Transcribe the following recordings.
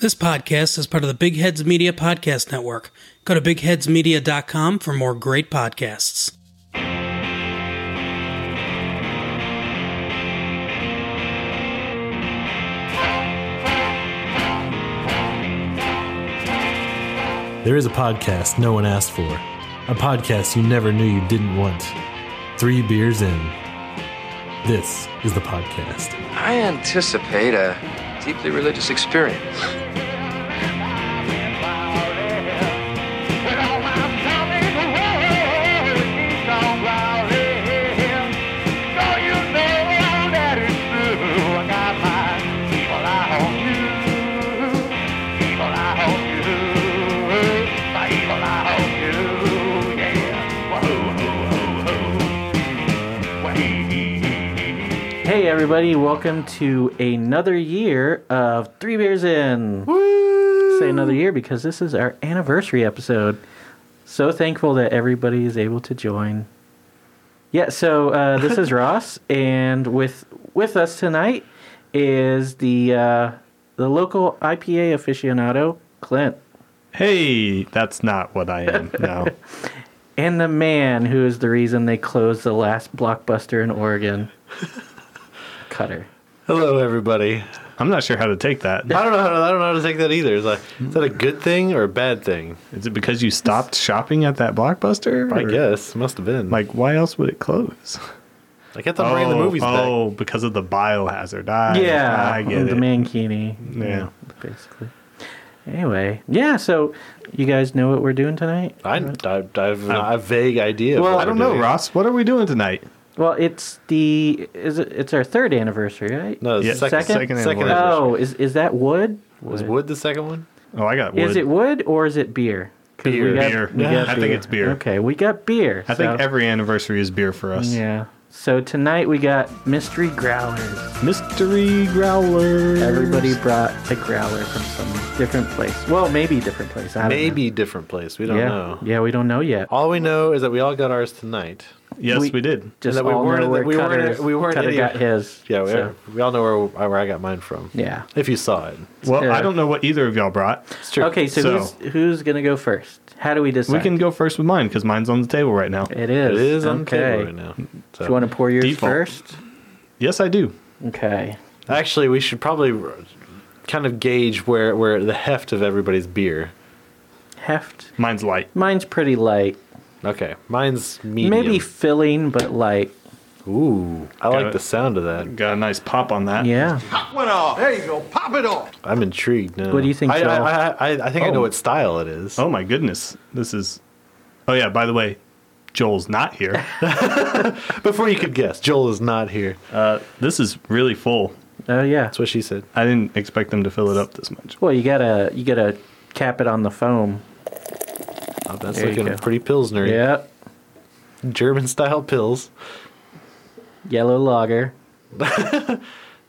This podcast is part of the Big Heads Media Podcast Network. Go to bigheadsmedia.com for more great podcasts. There is a podcast no one asked for, a podcast you never knew you didn't want. Three beers in. This is the podcast. I anticipate a deeply religious experience. Hey everybody, welcome to another year of Three Beers In. Woo! Say another year because this is our anniversary episode. So thankful that everybody is able to join. Yeah, so uh, this is Ross, and with with us tonight is the uh, the local IPA aficionado Clint, Hey, that's not what I am. No. and the man who is the reason they closed the last blockbuster in Oregon, Cutter. Hello, everybody. I'm not sure how to take that. I don't know. How to, I don't know how to take that either. It's like, is that a good thing or a bad thing? Is it because you stopped shopping at that blockbuster? I Or- guess must have been. Like, why else would it close? like I thought bringing the movies oh, because of the biohazard. I, Yeah, I get the it. mankini. Yeah. basically. Anyway, yeah. So you guys know what we're doing tonight? back. I, I, I have a vague idea. of Well, what I don't we're know, doing. Ross. What are we doing tonight? Well, it's the is it, it's our third anniversary, right? No, the Yeah, second, second- second, second anniversary. Oh, is is that wood? was Wood the second one? Oh, I got wood. Is it wood or is it beer? 'Cause we Beer. got- Beer. we got I think it's beer. Okay, we got beer. I think so- every anniversary is beer for us. Yeah. So tonight we got mystery growlers. Mystery growler. Everybody brought a growler from some different place. Well, maybe different place. I don't know. Maybe different place. We don't yeah. know. Yeah, we don't know yet. All we know is that we all got ours tonight. Yes, we, we- did. Just that we all weren't in know the- where we weren't- Cutter, we weren't Cutter idiot. got his. Yeah, we, so, we all know where, where I got mine from. yeah. If you saw it, Well, uh, I don't know what either of y'all brought. it's true. Okay, so, So- who's who's gonna go first? How do we decide? We can go first with mine because mine's on the table right now. It is. it is on the okay. Mm, table right now. So. Do you want to pour yours Default. first? Yes, I do. Okay. Actually, we should probably r- kind of gauge where where the heft of everybody's beer. Heft. Mine's light. Mine's pretty light. Okay, mine's medium. Maybe filling, but light. Ooh, I Got like it. the sound of that. Got a nice pop on that. Yeah. I'm intrigued now. What do you think, I, Joel? I, I, I, I think I Oh. know what style it is. Oh my goodness. This is Oh yeah, by the way, Joel's not here. Before you could guess, Joel is not here. this is really full. Oh yeah. That's what she said. I didn't expect them to fill it up this much. Well, you gotta you gotta cap it on the foam. Oh, that's There you looking go. pretty pilsner. Yep. German style pills. Yellow lager. That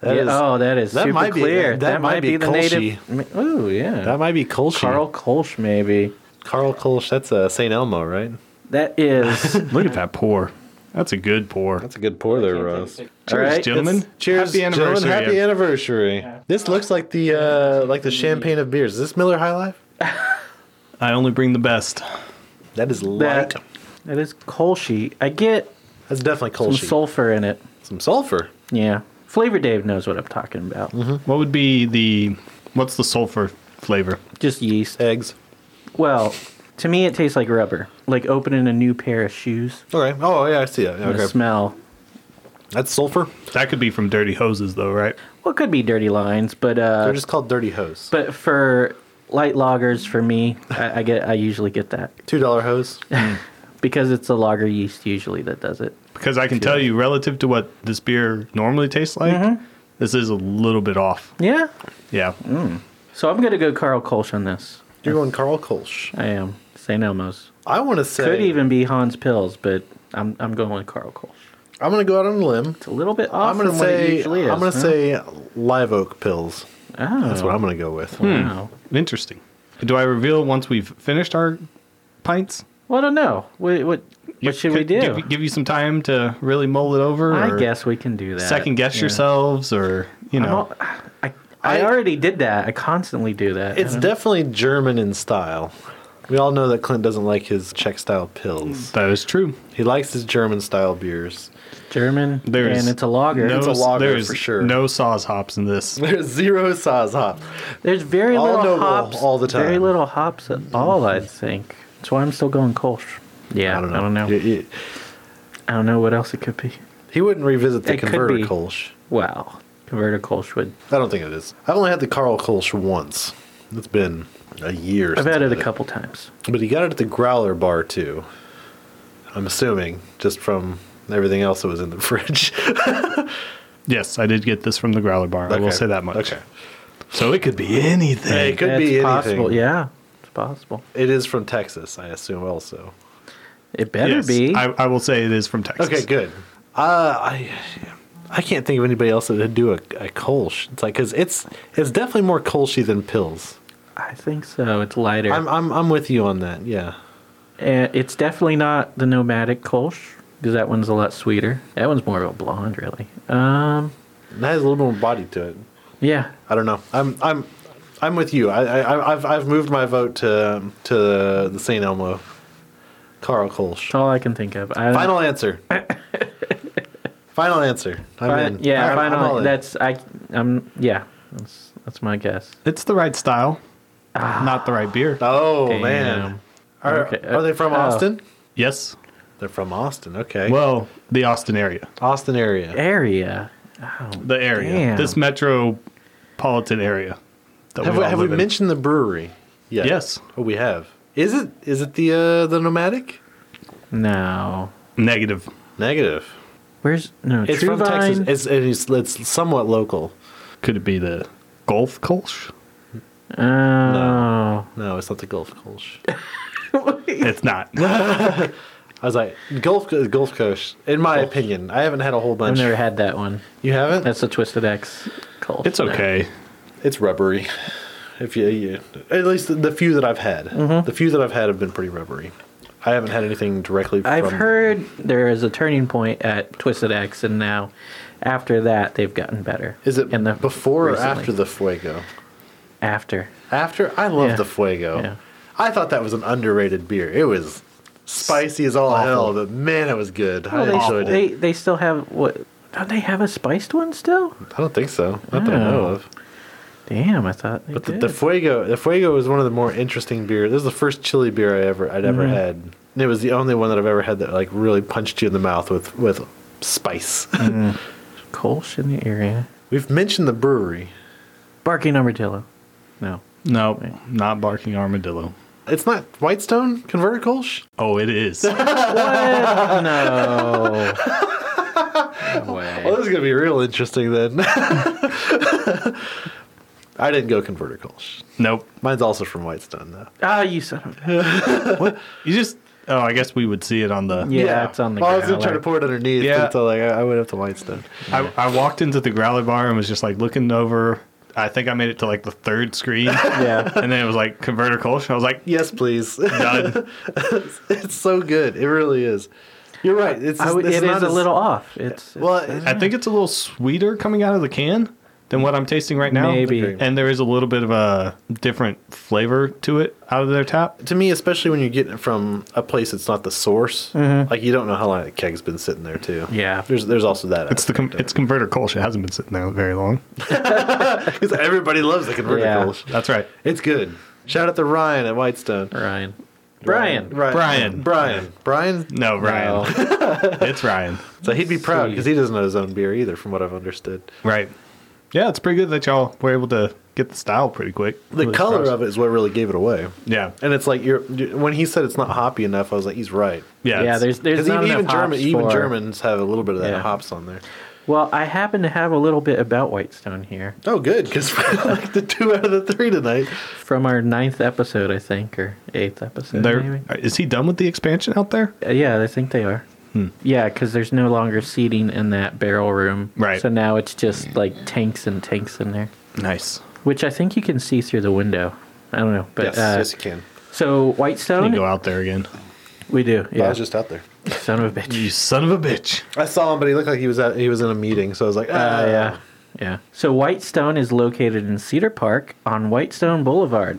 Yeah, is- oh, that is that super might be- clear. that might be the native. Ooh, yeah. that might be Kolsch. Carl Kolsch, maybe. Carl Kolsch. That's uh, St. Elmo, right? That is. Oh, Look at that pour. That's a good pour. That's a good pour there, Ross. all right. gentlemen. Cheers, Happy anniversary. Gentlemen, happy anniversary. This looks like the uh, like the champagne of beers. Is this Miller High Life? I only bring the best. That is light. That, that is Kolschy. I get That's definitely Kolsch. some sulfur in it. some sulfur. Yeah. Flavor Dave knows what I'm talking about. Mm-hmm. What would be the what's the sulfur flavor? Just yeast. Eggs. Well, to me, it tastes like rubber, like opening a new pair of shoes. Okay. Oh yeah, I see that. The Okay. smell. That's sulfur. That could be from dirty hoses though, right? Well, it could be dirty lines, but uh, They're just called dirty hose. but for light loggers, for me, I, I get I usually get that Two dollar hose. Hmm. because it's the lager yeast usually that does it. Because I can tell you relative to what this beer normally tastes like, Mm-hmm. this is a little bit off. Yeah. Yeah. So I'm gonna go Carl Kolsch on this. You're going Carl Kolsch. I am St. Elmo's. I want to say. Could even be Hans Pills, but I'm I'm going with Carl Kolsch. I'm going to go out on a limb. It's a little bit off I'm going to from what it say. I'm usually is. going to huh? say live oak pills. Oh, Hmm. That's what I'm going to go with. Hmm. Wow. Interesting. Do I reveal once we've finished our pints? Well, I don't know. What what, what should we Could do? Give, give you some time to really mull it over. I or guess we can do that. Second guess Yeah. yourselves, or you I'm know, all- I I, I- already did that. I constantly do that. It's I don't- definitely German in style. We all know that Clint doesn't like his Czech style pills. That is true. Hmm. He likes his German style beers. German, There's and it's a lager. No, It's a lager there's for sure. No saws hops in this. There's zero sauce hop. There's very All little noble hops all the Very time. little hops at all. I think that's why I'm still going Kolsch. Yeah, I don't know. I don't know, He, he- what else it could be. he wouldn't revisit the It could converter be. Kolsch. Wow, converted Kolsch would. I don't think it is. I've only had the Carl Kolsch once. It's been a year. I've since had I it a had couple times. But he got it at the Growler bar too. I'm assuming just from everything else that was in the fridge. Yes, I did get this from the Growler Bar. I will Okay. say that much. Okay. So it could be anything. It could That's be anything. possible. Yeah, it's possible. It is from Texas, I assume also. It better Yes, be. I, I will say it is from Texas. Okay, good. Uh, I I can't think of anybody else that would do a, a Kolsch. It's like because it's it's definitely more Kolschy than pills. I think so. It's lighter. I'm I'm I'm with you on that. Yeah. Uh, it's definitely not the nomadic Kolsch because that one's a lot sweeter. That one's more of a blonde, really. Um, It has a little more body to it. yeah, I don't know. I'm I'm I'm with you. I, I I've I've moved my vote to um, to the St. Elmo, Carl that's Kolsch. all I can think of. I, Final answer. final answer. I'm fi- in. yeah, I'm- I'm final. all in. that's I. I'm yeah. That's that's my guess. It's the right style, Ah. not the right beer. Oh Damn. man. Are, Okay. are they from Oh. Austin? Yes. They're from Austin. Okay. Well, the Austin area, Austin area. Area. the area, Damn. this metropolitan area. That Have we, all have we live in. mentioned the brewery? Yet? Yes. Oh, we have. Is it is it the uh, the nomadic? No. negative? Negative. Where's no? It's True from Texas. Vine? It's, it is, it's somewhat local. Could it be the Gulf Kolsch? oh. No, it's not the Gulf Kolsch. It's not. I was like Gulf Gulf Coast. In my opinion, I haven't had a whole I've bunch. never had that one. you haven't? That's the Twisted X Kolsch. It's okay. it's rubbery. If you, you at least the, the few that I've had, Mm-hmm. the few that I've had have been pretty rubbery. I haven't had anything directly. I've from, heard there is a turning point at Twisted X, and now after that they've gotten better. Is it In the- before recently. or after the Fuego? After. After I love Yeah. the Fuego. Yeah. I thought that was an underrated beer. It was spicy as all Awful. hell, but man, it was good. Well, I they, enjoyed they it. they still have what? Don't they have a spiced one still? I don't think so. Not that I know Oh. of. Damn, I thought. They But the, did. the Fuego, the Fuego was one of the more interesting beers. This is the first chili beer I ever I'd Mm-hmm. ever had. And it was the only one that I've ever had that like really punched you in the mouth with with spice. Mm-hmm. Kolsch in the area. We've mentioned the brewery. Barking armadillo. No. No, not barking armadillo. It's not Whitestone Converted Kolsch? Oh, it is. No. no Well, way. this is gonna be real interesting then. I didn't go Converted Kolsch. nope. Mine's also from Whitestone though. Ah, you son of. a- You just. Oh, I guess we would see it on the. Yeah, it's on the. Well, I was ground, gonna try to like- pour it underneath. Yeah. Yeah. So like I, I went up to Whitestone. I, I walked into the growler bar and was just like looking over. I think I made it to like the third screen, and Yeah. then it was like converter Kolsch. I was like, Yes, please. done. it's so good. It really is. You're right. It's, I would, it's it is not a as- little off. It's, it's Well, I think it's a little sweeter coming out of the can than what I'm tasting right now. Maybe. And there is a little bit of a different flavor to it out of their tap. to me, especially when you're getting it from a place that's not the source, like you don't know how long that keg's been sitting there too. Mm-hmm. Yeah. There's there's also that. It's the com- it's converter Kolsch. It hasn't been sitting there very long. because everybody loves the converted Yeah. Kolsch. That's right. It's good. Shout out to Ryan at Whitestone. Ryan. Brian. Brian. Brian. Brian. No, Ryan. it's Ryan. So he'd be proud because he doesn't know his own beer either, from what I've understood. Right. Yeah, it's pretty good that y'all were able to get the style pretty quick. The color of it is what really gave it away. Yeah. And it's like you're when he said it's not hoppy enough, I was like, he's right. Yeah. Yeah, it's- there's there's Because not even, enough even German, hops even for- Germans have a little bit of that Yeah. hops on there. Well, I happen to have a little bit about Whitestone here Oh, good, because like the two out of the three tonight. from our ninth episode, I think, or eighth episode. there. maybe. Is he done with the expansion out there? Uh, Yeah, I think they are. Yeah, because there's no longer seating in that barrel room. Right. So now it's just like tanks and tanks in there, Nice. which I think you can see through the window. I don't know, but uh, you can. so You Whitestone, go out there again. we do. I Yeah, was just out there. son of a bitch. You son of a bitch. I saw him, but he looked like he was at he was in a meeting. So I was like, ah, Uh, yeah. Yeah. So Whitestone is located in Cedar Park on Whitestone Boulevard.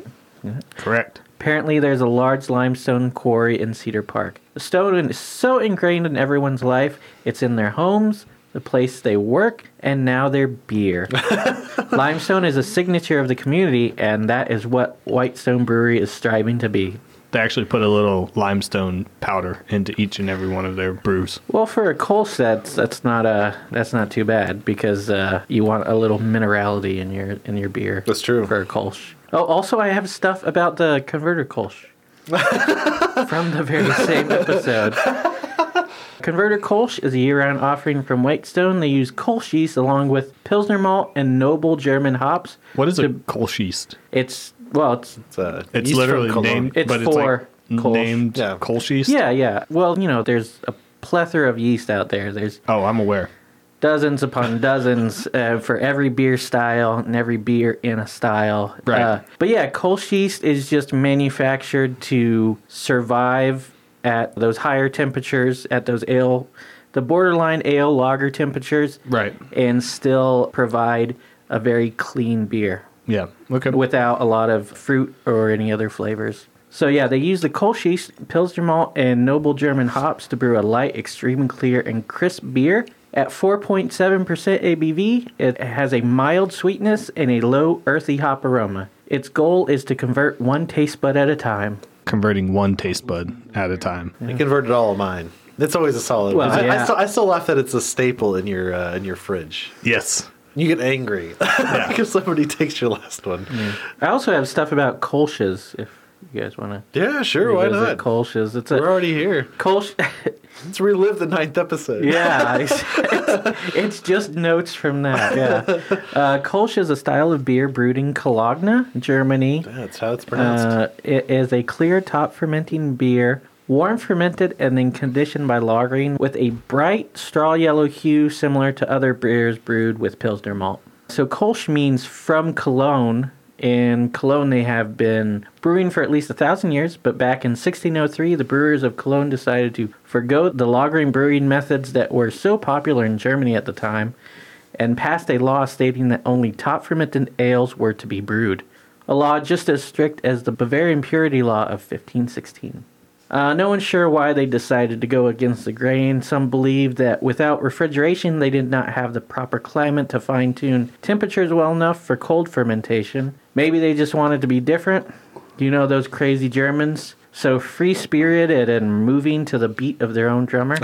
Correct. Apparently, there's a large limestone quarry in Cedar Park. The stone is so ingrained in everyone's life, it's in their homes, the place they work, and now their beer. limestone is a signature of the community, and that is what Whitestone Brewery is striving to be. They actually put a little limestone powder into each and every one of their brews. Well, for a Kolsch, that's that's not uh that's not too bad because uh, you want a little minerality in your in your beer. That's true. For a Kolsch. Oh, also I have stuff about the converter Kolsch from the very same episode. Converter Kolsch is a year-round offering from Whitestone. They use Kolsch yeast along with Pilsner malt and noble German hops. What is a to- Kolsch yeast? It's well, it's It's, uh, It's yeast from literally Cologne. named, It's but for it's like Kolsch. named Yeah. Kolsch yeast? yeah, yeah. Well, you know, there's a plethora of yeast out there. There's Oh, I'm aware. dozens upon dozens uh, for every beer style and every beer in a style. Right. Uh, but yeah, Kolsch yeast is just manufactured to survive at those higher temperatures, at those ale, the borderline ale lager temperatures, Right. and still provide a very clean beer Yeah. Okay. without a lot of fruit or any other flavors. So yeah, they use the Kolsch yeast, Pilsner malt, and noble German hops to brew a light, extremely clear, and crisp beer. At 4.7% ABV, it has a mild sweetness and a low earthy hop aroma. Its goal is to convert one taste bud at a time. Converting one taste bud at a time. I converted all of mine. It's always a solid. Well, one. I, yeah. I, still, I still laugh that it's a staple in your uh, in your fridge. Yes. You get angry because somebody takes your last one. Yeah, I also have stuff about Kolsch's if you guys want to. sure. Why not? Kolsch's. It's We're a already here. Kolsch. Let's relive the ninth episode. Yeah, it's, it's- it's just notes from that. Yeah, uh, Kolsch is a style of beer brewed in Cologne, Germany. that's how it's pronounced. Uh, it is a clear top fermenting beer, warm fermented and then conditioned by lagering with a bright straw yellow hue similar to other beers brewed with Pilsner malt. So Kolsch means from Cologne. In Cologne, they have been brewing for at least a thousand years, but back in 1603, the brewers of Cologne decided to forgo the lagering brewing methods that were so popular in Germany at the time and passed a law stating that only top fermented ales were to be brewed, a law just as strict as the Bavarian Purity Law of 1516. Uh, no one's sure why they decided to go against the grain. Some believe that without refrigeration, they did not have the proper climate to fine tune temperatures well enough for cold fermentation. Maybe they just wanted to be different. You know those crazy Germans? So free spirited and moving to the beat of their own drummer.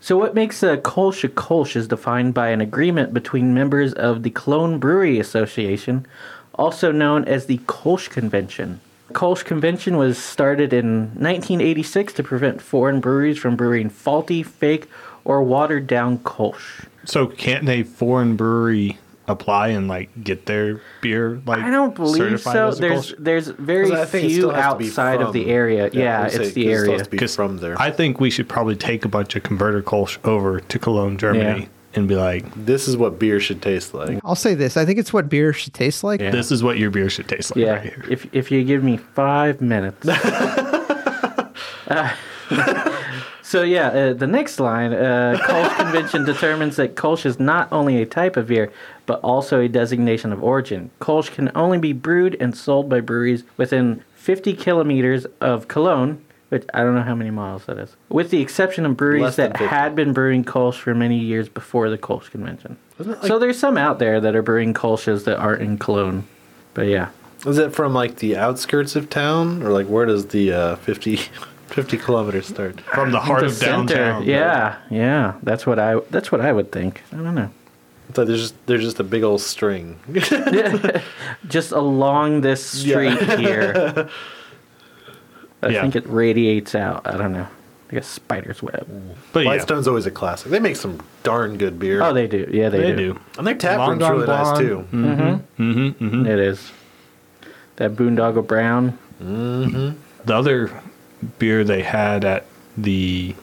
So, what makes a Kolsch a Kolsch is defined by an agreement between members of the Cologne Brewery Association, also known as the Kolsch Convention. Kolsch Convention was started in 1986 to prevent foreign breweries from brewing faulty, fake, or watered down Kolsch. So can't a foreign brewery apply and like get their beer like I don't believe certified so. as a There's Kolsch? there's very Because I think it few still has to be outside of from- the area. Yeah, I would say it's the it still area. has to be 'Cause from there. I think we should probably take a bunch of converter Kolsch over to Cologne, Germany Yeah. and be like, this is what beer should taste like. Mm. I'll say this. I think it's what beer should taste like. this is what your beer should taste like Yeah, right here. if if you give me five minutes. Uh, so yeah, uh, the next line, uh, Kolsch convention determines that Kolsch is not only a type of beer, but also a designation of origin. Kolsch can only be brewed and sold by breweries within 50 kilometers of Cologne, which I don't know how many miles that is, with the exception of breweries Less than that 50. had been brewing Kolsch for many years before the Kolsch convention. Wasn't it so there's some out there that are brewing Kolsches that aren't in Cologne, but yeah. Is it from like the outskirts of town, or like where does the uh, 50, 50 kilometers start? From the heart the of center. downtown. Yeah, yeah. That's what I. That's what I would think. I don't know. So there's just there's just a big old string. Just along this street here. I Yeah. think it radiates out. I don't know, like a spider's web. But yeah, Whitestone's always a classic. They make some darn good beer. Oh, they do. Yeah, they, they do. do. and their tap Long room's John really nice Blonde. too. Mm. It is. That boondoggle brown. The other beer they had at the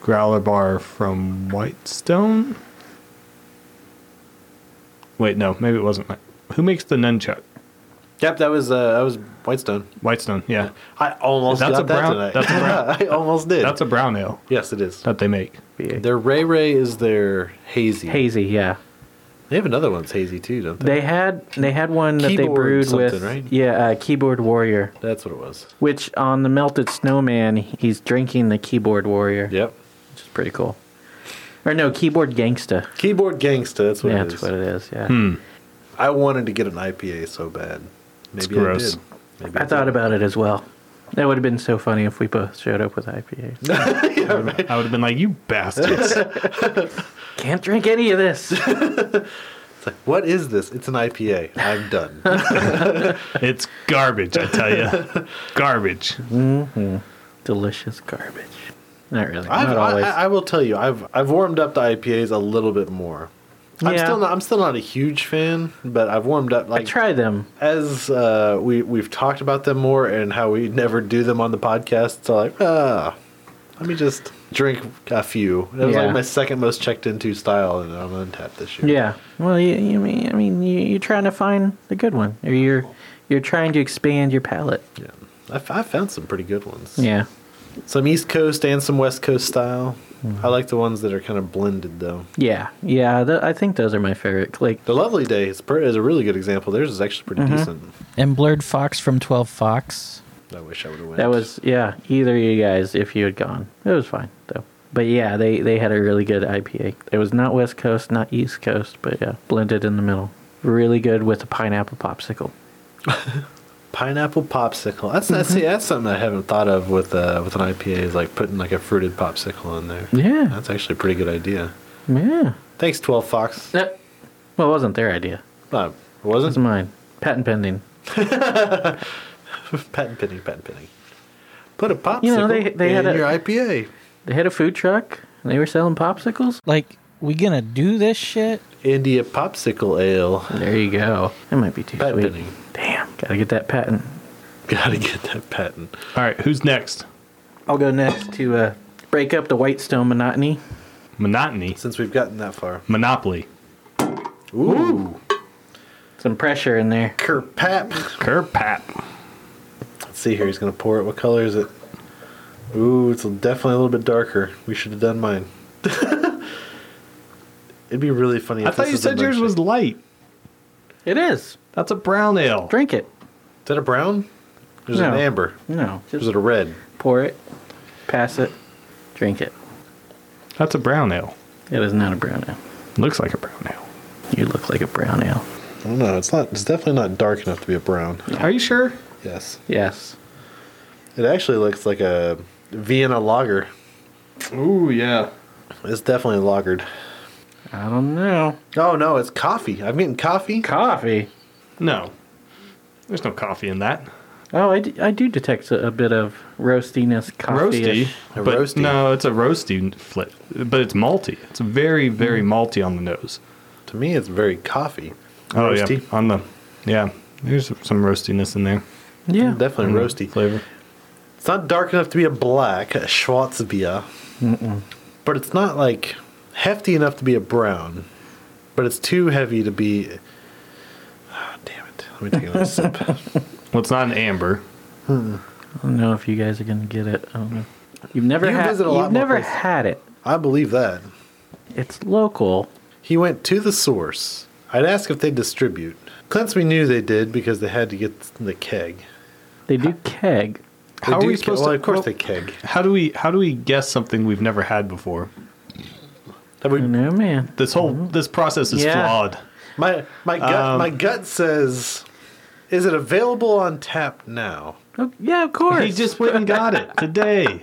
Growler Bar from Whitestone. Wait, no, maybe it wasn't. White- Who makes the nunchuck? Yep, that was uh, that was Whitestone. Whitestone, yeah. I almost That's got a that brown- tonight. that's a brown- I almost did. That's a brown ale yes, it is. that they make. Be a Their Ray Ray is their hazy. hazy. Yeah. They have another one that's hazy too, don't they? They had they had one that they Keyboard brewed something, with right? yeah uh, keyboard warrior, That's what it was. which on the melted snowman he's drinking the keyboard warrior, Yep. which is pretty cool. Or no, keyboard gangsta. Keyboard Gangsta. That's what yeah, it is. Hmm. that's what it is. Yeah, I wanted to get an IPA so bad. Maybe gross. I did. Maybe I thought about it as well. That would have been so funny if we both showed up with IPAs. I would have been like, you bastards. Can't drink any of this. What is this? It's an IPA. I'm done. it's garbage, I tell you. Garbage. Delicious garbage. Not really. I've, not I, always. I, I will tell you, I've I've warmed up to IPAs a little bit more. I'm Yeah. still not I'm still not a huge fan, but I've warmed up I like try them. as uh, we we've talked about them more and how we never do them on the podcast. So like, ah, let me just drink a few. That was Yeah. like my second most checked into style, and I'm on tap this year. Yeah. Well, you, you mean I mean you, you're trying to find the good one, or you're you're trying to expand your palate. yeah. I, f- I found some pretty good ones. Yeah. Some East Coast and some West Coast style. Mm-hmm. I like the ones that are kind of blended though. Yeah. Yeah. Th- I think those are my favorite. Like The Lovely Day is, per- is a really good example. Theirs is actually pretty Mm-hmm. decent. And Blurred Fox from 12 Fox. I wish I would have went. that was yeah. Either of you guys, if you had gone, it was fine though. But yeah, they they had a really good IPA. It was not West Coast, not East Coast, but yeah, blended in the middle. Really good with a pineapple popsicle. pineapple popsicle. Mm-hmm. That's that's see, that's something I haven't thought of with uh, with an IPA is like putting like a fruited popsicle in there. Yeah. that's actually a pretty good idea. Yeah. Thanks, Twelve Fox. Uh, Well, it wasn't their idea. No, it It wasn't was mine. Patent pending. patent pending. Patent pending. Put a popsicle You know, they- they in had a- your IPA. They had a food truck and they were selling popsicles. Like, we gonna do this shit? India popsicle ale. There you go. That might be too Patent sweet. pending. Damn, gotta get that patent. Gotta get that patent. All right, who's next? I'll go next to uh, break up the Whitestone monotony. Monotony. Since we've gotten that far. Monopoly. Ooh, Some pressure in there. kerpap. Kerpap. Let's see here. He's gonna pour it. What color is it? Ooh, it's definitely a little bit darker. We should have done mine. It'd be really funny. I if thought this you was a said yours milkshake. was light. It is. That's a brown ale. Drink it. Is that a brown? There's No. an amber. No, Or just Is it a red? pour it, pass it, drink it. That's a brown ale. It is not a brown ale. Looks like a brown ale. You look like a brown ale. I don't know. It's not. It's definitely not dark enough to be a brown. Are you sure? Yes. Yes. It actually looks like a Vienna lager. Ooh, yeah. It's definitely lagered. I don't know. Oh no, it's coffee. I'm getting coffee. Coffee. No. There's no coffee in that. Oh, I d- I do detect a, a bit of roastiness, coffee. Roasty. A But roasty. No, it's a roasty flip, but it's malty. It's very, very Mm. malty on the nose. To me, it's very coffee. Oh Roasty. yeah, on the yeah. There's some roastiness in there. Yeah. Definitely Mm, roasty. flavor. It's not dark enough to be a black a Schwarzbier, but it's not like hefty enough to be a brown. But it's too heavy to be. Ah, damn it! Let me take another sip. Well, it's not an amber. I don't know if you guys are gonna get it. I don't know. You've never You had. visit a lot you've more never places. had it. I believe that. It's local. He went to the source. I'd ask if they distribute. Clance we knew they did because they had to get the keg. They do keg. They How are do we ke- supposed well, to- Of course well- they keg. How do we how do we guess something we've never had before? That would- No man. This whole Mm-hmm. this process is Yeah. flawed. my my gut Um, my gut says, is it available on tap now? Oh, yeah, of course. He just went and got it today.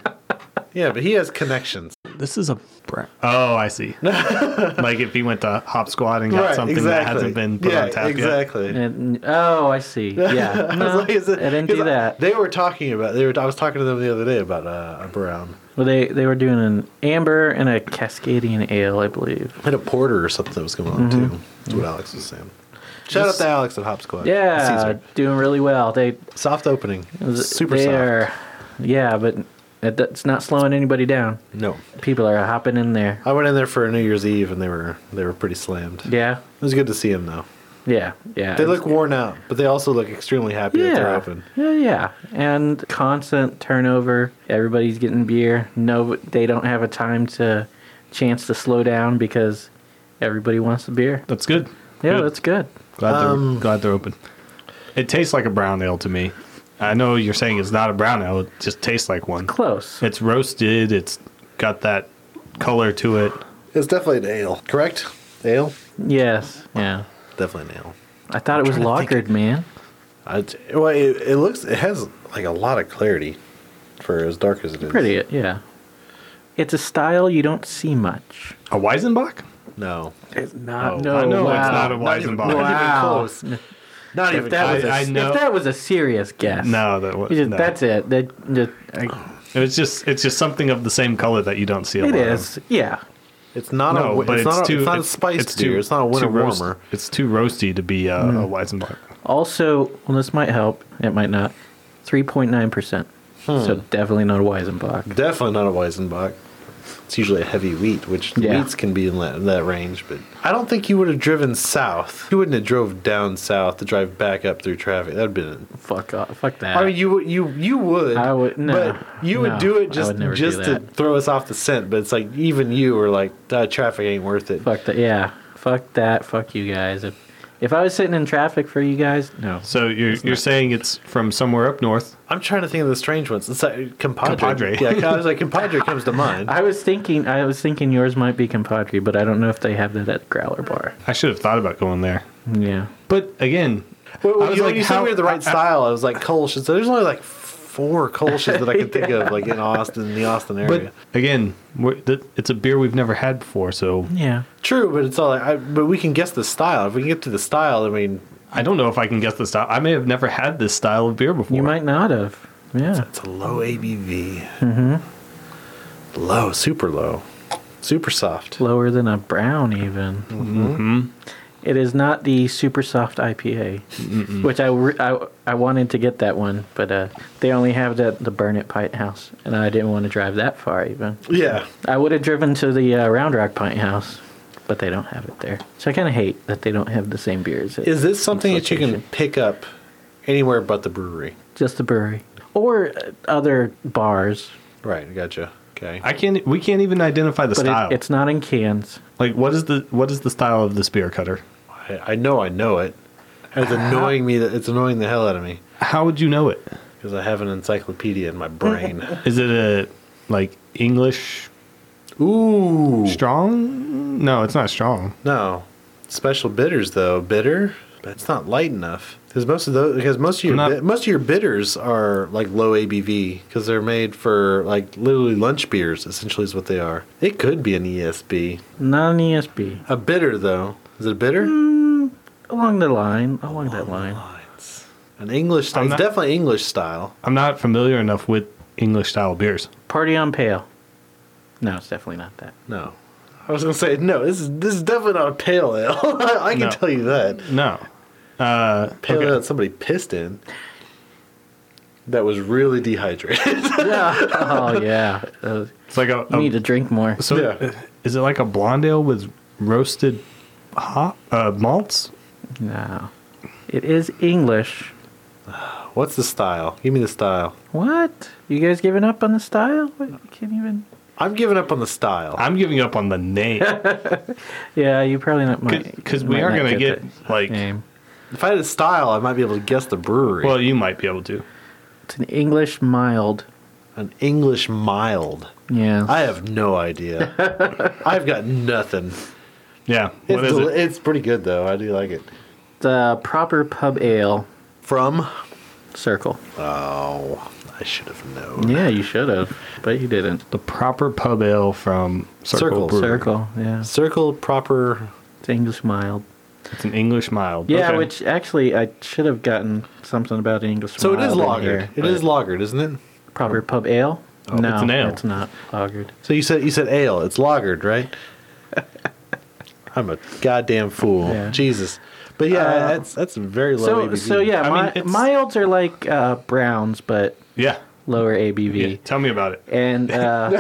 Yeah, but he has connections. This is a brown. Oh, I see. like if he went to Hop Squad and got something that hasn't been put yeah, on tap yet. exactly. And- oh, I see. Yeah. I No, was like, is it- I didn't 'cause do I- that. They were talking about. They were. I was talking to them the other day about uh, a brown well, they they were doing an amber and a Cascadian ale, I believe. and a porter or something that was going on Mm-hmm. too. That's what Alex was saying. Shout out to Alex at Hop Squad. Yeah, Caesar. doing really well. They Soft opening. Super they soft. are- yeah, but it, it's not slowing anybody down. No. People are hopping in there. I went in there for New Year's Eve and they were they were pretty slammed. Yeah. It was good to see them though. Yeah. Yeah. They look worn out, but they also look extremely happy that they're open. Yeah, yeah. And constant turnover. Everybody's getting beer. No, they don't have a time to chance to slow down because Everybody wants the beer. That's good. Yeah, Hmm. Good. that's good. Glad, Um, they're, glad they're open. It tastes like a brown ale to me. I know you're saying it's not a brown ale. It just tastes like one. Close. It's roasted. It's got that color to it. It's definitely an ale, correct? Ale? yes. Yeah. Definitely an ale. I thought it was trying to think. lagered, man. I, well, it, it looks, it has like a lot of clarity for as dark as it is. Pretty, yeah. It's a style you don't see much. A Weizenbach? No. It's not. no, Oh, I know it's not a Weizenbach. Wow. close. Not If that, was a, I know. if that was a serious guess. No, that was You just- no. That's it. That, that, It's just it's just something of the same color that you don't see. A it lot is. Yeah. It's not Of. No, a. but it's, it's, not a, too. It's not a spice beer. It's not a winter too roast- warmer. It's too roasty to be uh, a Weizenbach. Also, well, this might help. It might not. 3.9%. Hmm. So definitely not a Weisenbach. Definitely not a Weizenbach. It's usually a heavy wheat, which Yeah. wheats can be in that, that range. But I don't think you would have driven south. You wouldn't have drove down south to drive back up through traffic. That'd been. Fuck off. Fuck that. I mean, you would- you you would. I would- no, but you would no, do I it just would never do just to that. throw us off the scent. But it's like even you were like, that traffic ain't worth it. Fuck that. Yeah. Fuck that. Fuck you guys. If if I was sitting in traffic for you guys, no. So you're you're saying it's from somewhere up north? I'm trying to think of the strange ones. It's like compadre. Compadre. Yeah, I was like compadre comes to mind. I was thinking, I was thinking yours might be compadre, but I don't know if they have that at Growler Bar. I should have thought about going there. Yeah. But again, Well, I was you, like, you said how- we were the right I- I- style. I was like Kolsch. So there's only like four Kolsch's that I can think of, like in Austin, the Austin area. but again, we're, th- it's a beer we've never had before. So Yeah. True, but it's all. Like, I, but we can guess the style. If we can get to the style, I mean, I don't know if I can guess the style. I may have never had this style of beer before. You might not have. Yeah. it's a low ABV. Mm-hmm. Low, super low, super soft. Lower than a brown, even. Mm-hmm. is not the super soft IPA, which I, re- I, I wanted to get that one, but uh, they only have that at the Burn It Pint House, and I didn't want to drive that far, even. Yeah, I would have driven to the uh, Round Rock Pint House, but they don't have it there. So I kind of hate that they don't have the same beers. at- is this something that you can location. pick up anywhere but the brewery? just the brewery or uh, other bars? Right, gotcha. Okay, I can't. We can't even identify the But style. it, it's not in cans. like what is the what is the style of this beer cutter? I, I know, I know it. It's annoying me. That, it's annoying the hell out of me How would you know it? because I have an encyclopedia in my brain. Is it a like English Ooh. strong? No, it's not strong. No. Special bitters though, bitter, but it's not light enough because most of those because most of your I'm not- bi- most of your bitters are like low ABV because they're made for like literally lunch beers. Essentially, is what they are. It could be an ESB. Not E an ESB. A bitter though, is it a bitter? Mm. Along the line. Along that line. It's an English style. I'm It's not- definitely English style. I'm not familiar enough with English style beers. Party on Pale. No, it's definitely not that. No. I was gonna say no. This is this is definitely not a pale ale. I can No. tell you that No. Uh, pale okay. ale that somebody pissed in that was really dehydrated. oh, yeah. Uh, It's like a, you a- need to drink more. so uh, Yeah. is it like a blonde ale with roasted hop uh, malts? No. It is English. What's the style? Give me the style. What? You guys giving up on the style? What? You can't even. I'm giving up on the style. I'm giving up on the name Yeah, you probably not. might- because we might are not gonna get the like. name. if I had a style, I might be able to guess the brewery. Well, you might be able to. It's an English mild. an English mild. Yeah. I have no idea. I've got nothing. Yeah. It's, What is deli- it? it's pretty good though. I do like it. the proper pub ale From circle. oh, I should have known. Yeah, you should have, but you didn't. The proper pub ale from Circle. Circle, Brewery. Circle, yeah. Circle proper. It's English mild. It's an English mild. Yeah, Okay. which actually I should have gotten something about an English So it is mild in lagered. here, It but is lagered, isn't it? proper pub ale. no, Oh, it's an ale. it's not lagered. So you said you said ale. It's lagered, right? I'm a goddamn fool. Yeah. Jesus. But yeah, that's that's very low. So, ABV. so yeah, I mean, mi- it's- milds are like uh, browns, but Yeah. lower yeah. ABV. Tell me about it. And uh,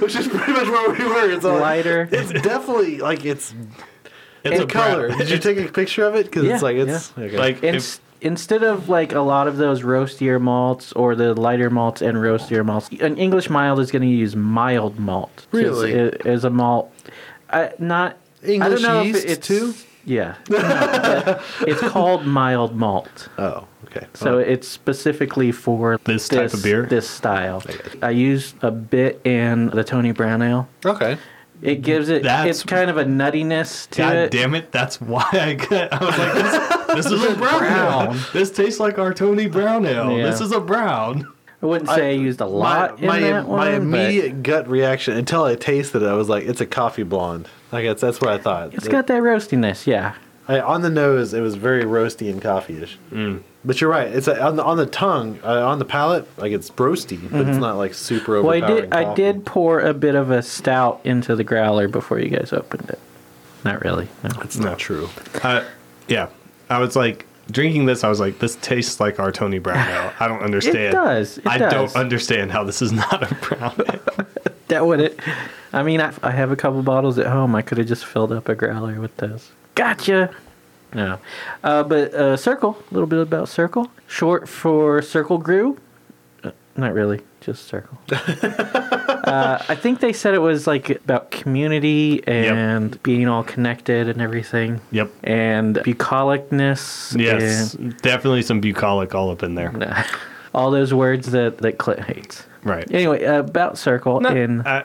which is pretty much where we were. It's all lighter. It's definitely like it's It's in color. brown- Did you take a picture of it? Because Yeah, it's like it's okay. like In- if, instead of like a lot of those roastier malts or the lighter malts and roastier malts, an English mild is going to use mild malt. 'Cause Really? it is a malt, uh, not English I don't know yeast if it- it's too. Yeah, No, but it's called mild malt. Oh, okay. So it's specifically for This type of beer? this style. I used a bit in the Tony Brown Ale. okay. It gives it. That's- it's kind of a nuttiness to God it. damn it! That's why I got. I was like, this, this is a brown. ale. This tastes like our Tony Brown ale. Oh, Yeah. This is a brown. I wouldn't say I, used a lot in my, that one. my but immediate gut reaction until I tasted it, I was like, "It's a coffee blonde." Like that's that's what I thought. It's It- got that roastiness. Yeah. I, on the nose, it was very roasty and coffeeish. But you're right. It's uh on the on the tongue, uh, on the palate, like it's roasty, but it's not like super Mm-hmm. Well, I overpowering. did. I coffee. did pour a bit of a stout into the growler before you guys opened it. Not really. No. That's not true. I, yeah, I was like drinking this. I was like, this tastes like our Tony Brown ale. I don't understand. does, it I does. don't understand how this is not a brown ale. That would it. I mean, I, I have a couple bottles at home. I could have just filled up a growler with those. Gotcha. No, uh, but uh, circle. A little bit about circle. Short for circle grew. Uh, not really, just circle. uh, I think they said it was like about community and being all connected and everything. Yep. And bucolicness. Yes, and- definitely some bucolic all up in there. all those words that that Clint hates. Right. Anyway, uh, about circle and I- Uh,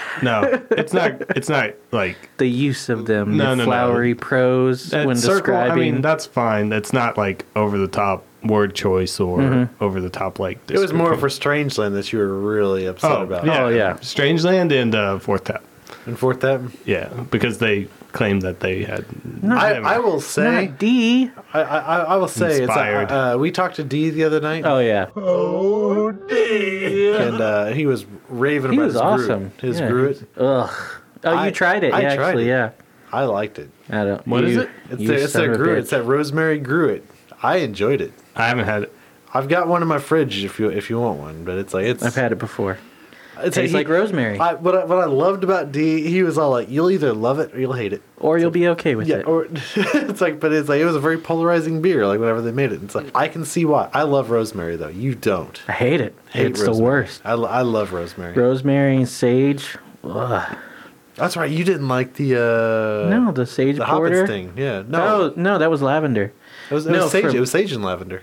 no, it's not. It's not like the use of them, the No, no, no. flowery prose that when circle. describing. I mean, that's fine. That's not like over the top word choice or Mm-hmm. over the top like. It was more description. for Strangeland that you were really upset oh, about. Yeah. Oh, yeah. Strangeland and uh, Fourth Tap. And fourth that, Yeah, because they claimed that they had. I, I will say, Not D. I, I, I will say, it's, Inspired. uh, uh, we talked to D the other night, Oh yeah, and uh, he was raving he about was his awesome. Groot. His yeah. Groot, Ugh. Oh, you I- tried it. I yeah, tried actually, it. yeah. I liked it. I don't. What you, is it? It's, you a, it's son that of a Groot. bitch. It's that Rosemary Gruet. I enjoyed it. I haven't had. I've got one in my fridge if you if you want one, but it's like it's I've had it before. it's tastes like rosemary. I, what I, what I loved about D, he was all like, "You'll either love it or you'll hate it." Or you'll be okay with Yeah, it. or it's like, but it's like it was a very polarizing beer. Like whenever they made it, it's like I can see why. I love rosemary though. You don't. I hate it. Hate it's the rosemary. worst. I, lo- I love rosemary. Rosemary and sage. Ugh. That's right. You didn't like the uh, no, the sage the porter. hoppets thing. Yeah, no, No, no, that was lavender. it was, it no, was sage. from- It was sage and lavender.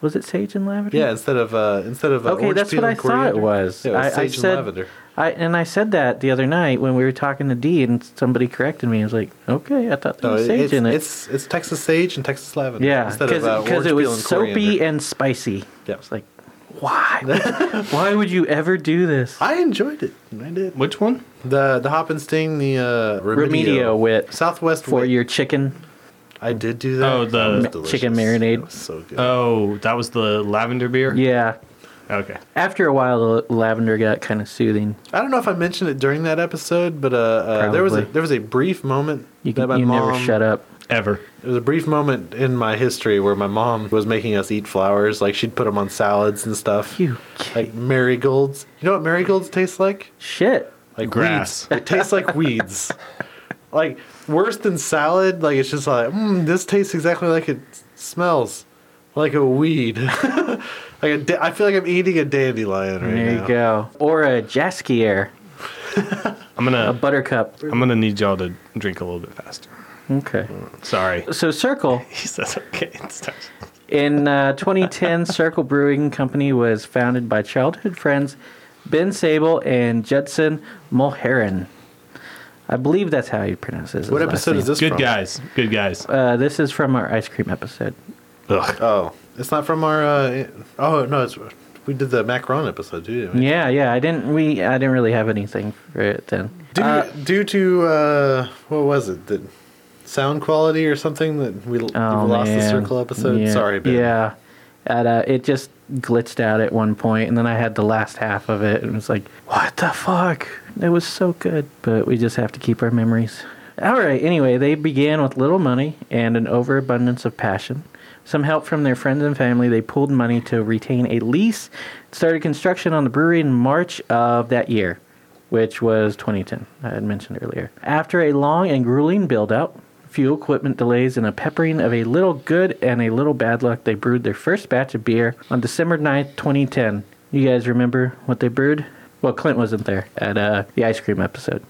Was it sage and lavender? Yeah, instead of uh, instead of uh, Okay, orange that's peel what I and thought it coriander. was. Yeah, it was I, sage I and said, lavender. I and I said that the other night when we were talking to D, and somebody corrected me. I was like, okay, I thought there No, was sage it's, in it. it's it's Texas sage and Texas lavender. yeah, instead of, because uh, orange it peel was and soapy coriander. and spicy. Yeah. I was like, why? why would you ever do this? I enjoyed it. I did. Which one? The the hop and sting, the uh, Remedio wit Southwest for wit. your chicken. I did do that. Oh, the- That was Ma- delicious. chicken marinade. That was so good. Oh, that was the lavender beer. Yeah. Okay. After a while, the lavender got kind of soothing. I don't know if I mentioned it during that episode, but uh, uh there was a, Probably. there was a brief moment You, that can, my you never mom- shut up. Ever. There was a brief moment in my history where my mom was making us eat flowers. Like she'd put them on salads and stuff. You Like marigolds. You know what marigolds taste like? shit. like Grass. Weeds. It tastes like weeds. Like worse than salad. Like it's just like mm, this tastes exactly like it smells, like a weed. like a da- I feel like I'm eating a dandelion right There now. you go. Or a jaskier, I'm gonna. buttercup. I'm gonna need y'all to drink a little bit faster. Okay. Sorry. So circle. He says okay. It's time. In uh, 2010, Circle Brewing Company was founded by childhood friends Ben Sable and Judson Mulheron. I believe that's how you pronounce this. What episode is this? Good from? guys. Good guys. Uh, this is from our ice cream episode. Ugh. Oh, it's not from our. Uh, oh no, it's we did the macaron episode too. didn't we? Yeah, yeah. I didn't. We. I didn't really have anything for it then. Due, Uh, due to uh, what was it? The sound quality or something that we, we oh, lost the man. circle episode. Yeah, Sorry, Ben. Yeah. At, uh, it just glitched out at one point, and then I had the last half of it, and it was like, what the fuck? It was so good. But we just have to keep our memories. All right, anyway, they began with little money and an overabundance of passion. Some help from their friends and family, they pulled money to retain a lease, started construction on the brewery in March of that year which was 2010, I had mentioned earlier. After a long and grueling build-out, fuel equipment delays, and a peppering of a little good and a little bad luck, they brewed their first batch of beer on December 9th, 2010. You guys remember what they brewed? Well, Clint wasn't there at uh, the ice cream episode.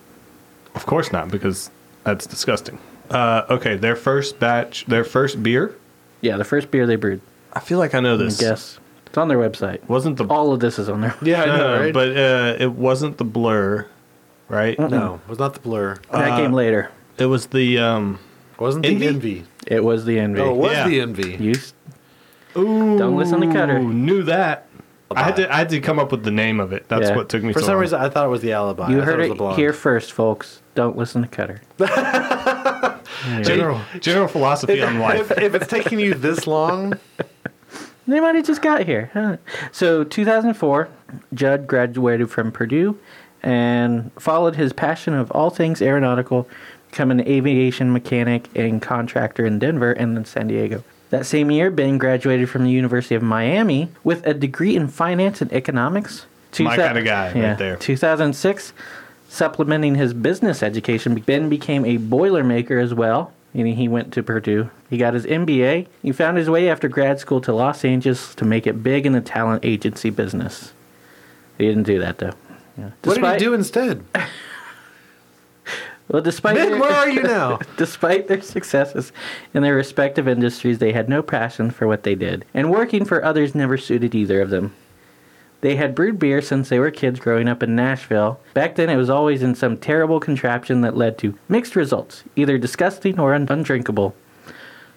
Of course not, because That's disgusting. Uh, okay, their first batch, their first beer. Yeah, the first beer they brewed. I feel like I know I this. guess it's on their website. Wasn't the All of this is on there. yeah, I know, right? but uh, it wasn't the blur, right? No, it was not the blur. that came later. It was the um. It wasn't Envy? the envy. It was the envy. No, it was Yeah. the envy. You s- don't listen to Cutter. Ooh, Knew that. I had Alibi. to. I had to come up with the name of it. That's Yeah. what took me For so some long. reason, I thought it was the alibi. You I thought heard was it the blonde. here first, folks. Don't listen to Cutter. general general philosophy on life. If, if it's taking you this long, They might have just got here. Huh? So, 2004, Judd graduated from Purdue and followed his passion of all things aeronautical, become an aviation mechanic and contractor in Denver and then San Diego. That same year, Ben graduated from the University of Miami with a degree in finance and economics. My thou- kinda guy right there. 2006, supplementing his business education, Ben became a boilermaker as well. And he went to Purdue. He got his MBA. He found his way after grad school to Los Angeles to make it big in the talent agency business. He didn't do that though. Yeah. what did Despite- you do instead? Well, despite Ben, their- where are you now? Despite their successes in their respective industries, they had no passion for what they did, and working for others never suited either of them. They had brewed beer since they were kids growing up in Nashville. Back then, it was always in some terrible contraption that led to mixed results, either disgusting or un- undrinkable.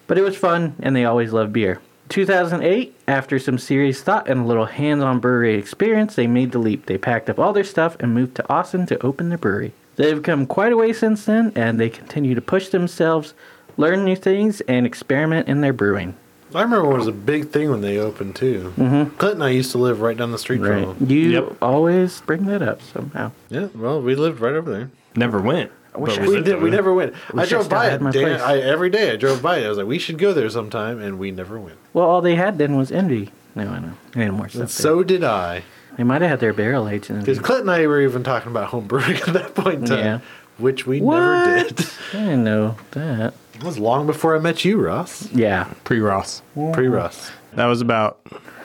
But it was fun, and they always loved beer. 2008, after some serious thought and a little hands on brewery experience, they made the leap. They packed up all their stuff and moved to Austin to open their brewery. They've come quite a way since then, and they continue to push themselves, learn new things, and experiment in their brewing. I remember it was a big thing when they opened too. Mm-hmm. Clint and I used to live right down the street from them. You always bring that up somehow. Yeah, well, we lived right over there. Never went. wish I- but was We it did. We though? never went. I should drove still by had it my day, place. I, every day. I drove by it. I was like, we should go there sometime, and we never went. Well, all they had then was envy. No, I know. They had more stuff. And so did I. there. They might have had their barrel aged envy. Because Clint and I were even talking about home brewing at that point in time, Mm. Yeah. which we What? never did. I didn't know that. It was long before I met you, Ross. Yeah. Pre Ross. Pre Ross. That was about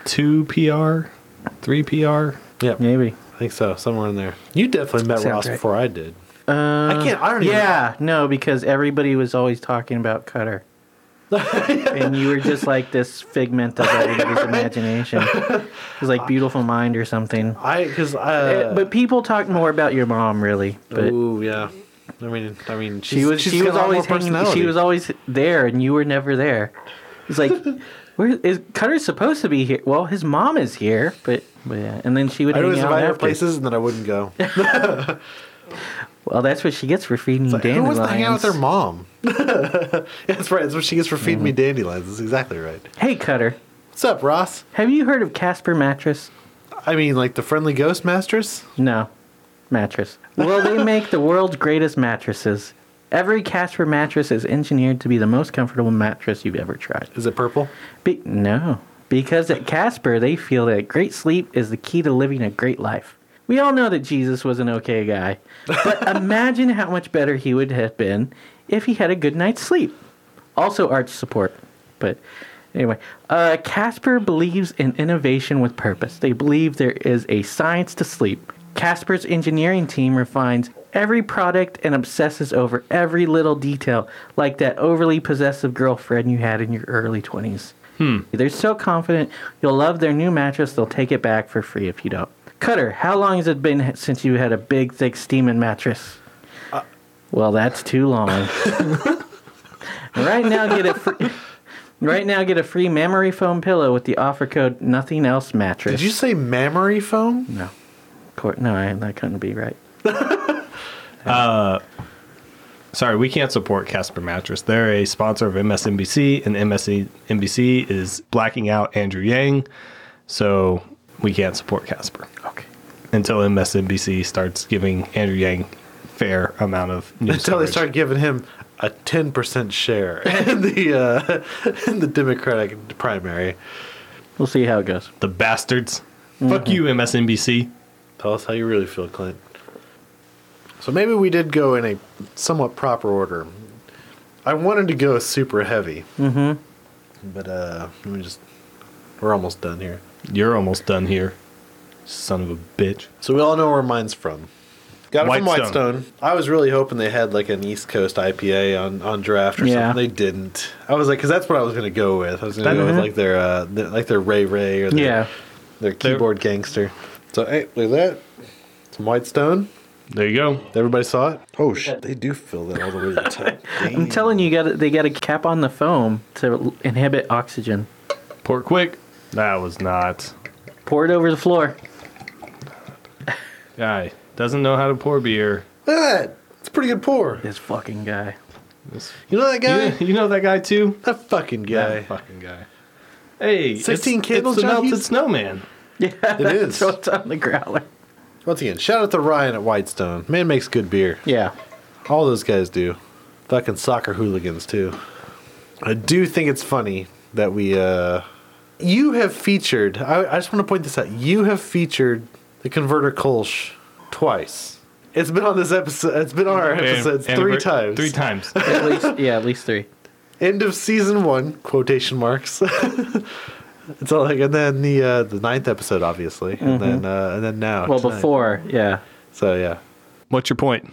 two PR, three PR. Yeah, Maybe. I think so. Somewhere in there. You definitely met Sounds Ross right. before I did. Uh, I can't. I don't Yeah, no, because everybody was always talking about Cutter. and you were just like this figment of everybody's imagination. It was like Beautiful Mind or something. even. I because Uh, uh, but people talked more about your mom, really. But ooh yeah. I mean, I mean, she was she was always hanging, personality. she was always there, and you were never there. It's like, where is Cutter's supposed to be here? Well, his mom is here, but, but yeah. And then she would I hang always out invite her after. places, and then I wouldn't go. Well, that's what she gets for feeding Like, who dandelions. wants to hang out with her mom? that's right. That's what she gets for feeding me dandelions. That's exactly right. Hey, Cutter, What's up, Ross? have you heard of Casper Mattress? I mean, like the friendly ghost masters. No. Mattress. Well, they make the world's greatest mattresses. Every Casper mattress is engineered to be the most comfortable mattress you've ever tried. Is it purple? Be- no. Because at Casper, they feel that great sleep is the key to living a great life. We all know that Jesus was an okay guy, but imagine how much better he would have been if he had a good night's sleep. Also, arch support. But anyway, uh, Casper believes in innovation with purpose. They believe there is a science to sleep. Casper's engineering team refines every product and obsesses over every little detail, like that overly possessive girlfriend you had in your early 20s. They're so confident you'll love their new mattress, they'll take it back for free if you don't. Cutter, how long has it been since you had a big, thick, steaming mattress? Uh. well, that's too long. right now, get a free, right now get a free memory foam pillow with the offer code Nothing Else Mattress. Did you say mammary foam? No, Cor- no, I, that couldn't be right. Sorry, we can't support Casper Mattress. They're a sponsor of MSNBC, and MSNBC is blacking out Andrew Yang, so we can't support Casper Okay. until MSNBC starts giving Andrew Yang fair amount of news Until they coverage. start giving him a ten percent share in the uh, in the Democratic primary. We'll see how it goes. the bastards. Fuck Mm-hmm. you, MSNBC. Tell us how you really feel, Clint. So maybe we did go in a somewhat proper order. I wanted to go super heavy. Mm-hmm. But uh, let me just. We're almost done here. You're almost done here, son of a bitch. So we all know where mine's from. Got it from Whitestone. Whitestone. I was really hoping they had like an East Coast IPA on, on draft or Yeah. something. They didn't. I was like, because that's what I was going to go with. I was going to That- go with Mhm. like their, uh, their like their Ray Ray or their, Yeah. their keyboard gangster. So hey, look at that. Some Whitestone. There you go. Everybody saw it. Oh shit, they do fill that all the way to the top. I'm telling you, got they got to cap on the foam to l- inhibit oxygen. Pour quick. That was not. Pour it over the floor. Guy doesn't know how to pour beer. Look at that. It's a pretty good pour. This fucking guy. You know that guy? You, you know that guy too. That fucking guy. That fucking guy. Hey, 16 it's, candles, It's the John melted Hughes? snowman. It is. Throw it on the growler. Once again, shout out to Ryan at Whitestone. Man makes good beer. Yeah. All those guys do. Fucking soccer hooligans too. I do think it's funny that we uh you have featured I, I just want to point this out. You have featured the converter Kolsch twice. It's been on this episode it's been on our episodes Anniver- three times. Three times. At least, yeah, at least three. End of season one, quotation marks. it's all like and then the uh the ninth episode obviously. And then uh and then now. Well, tonight. before, yeah. So yeah. What's your point?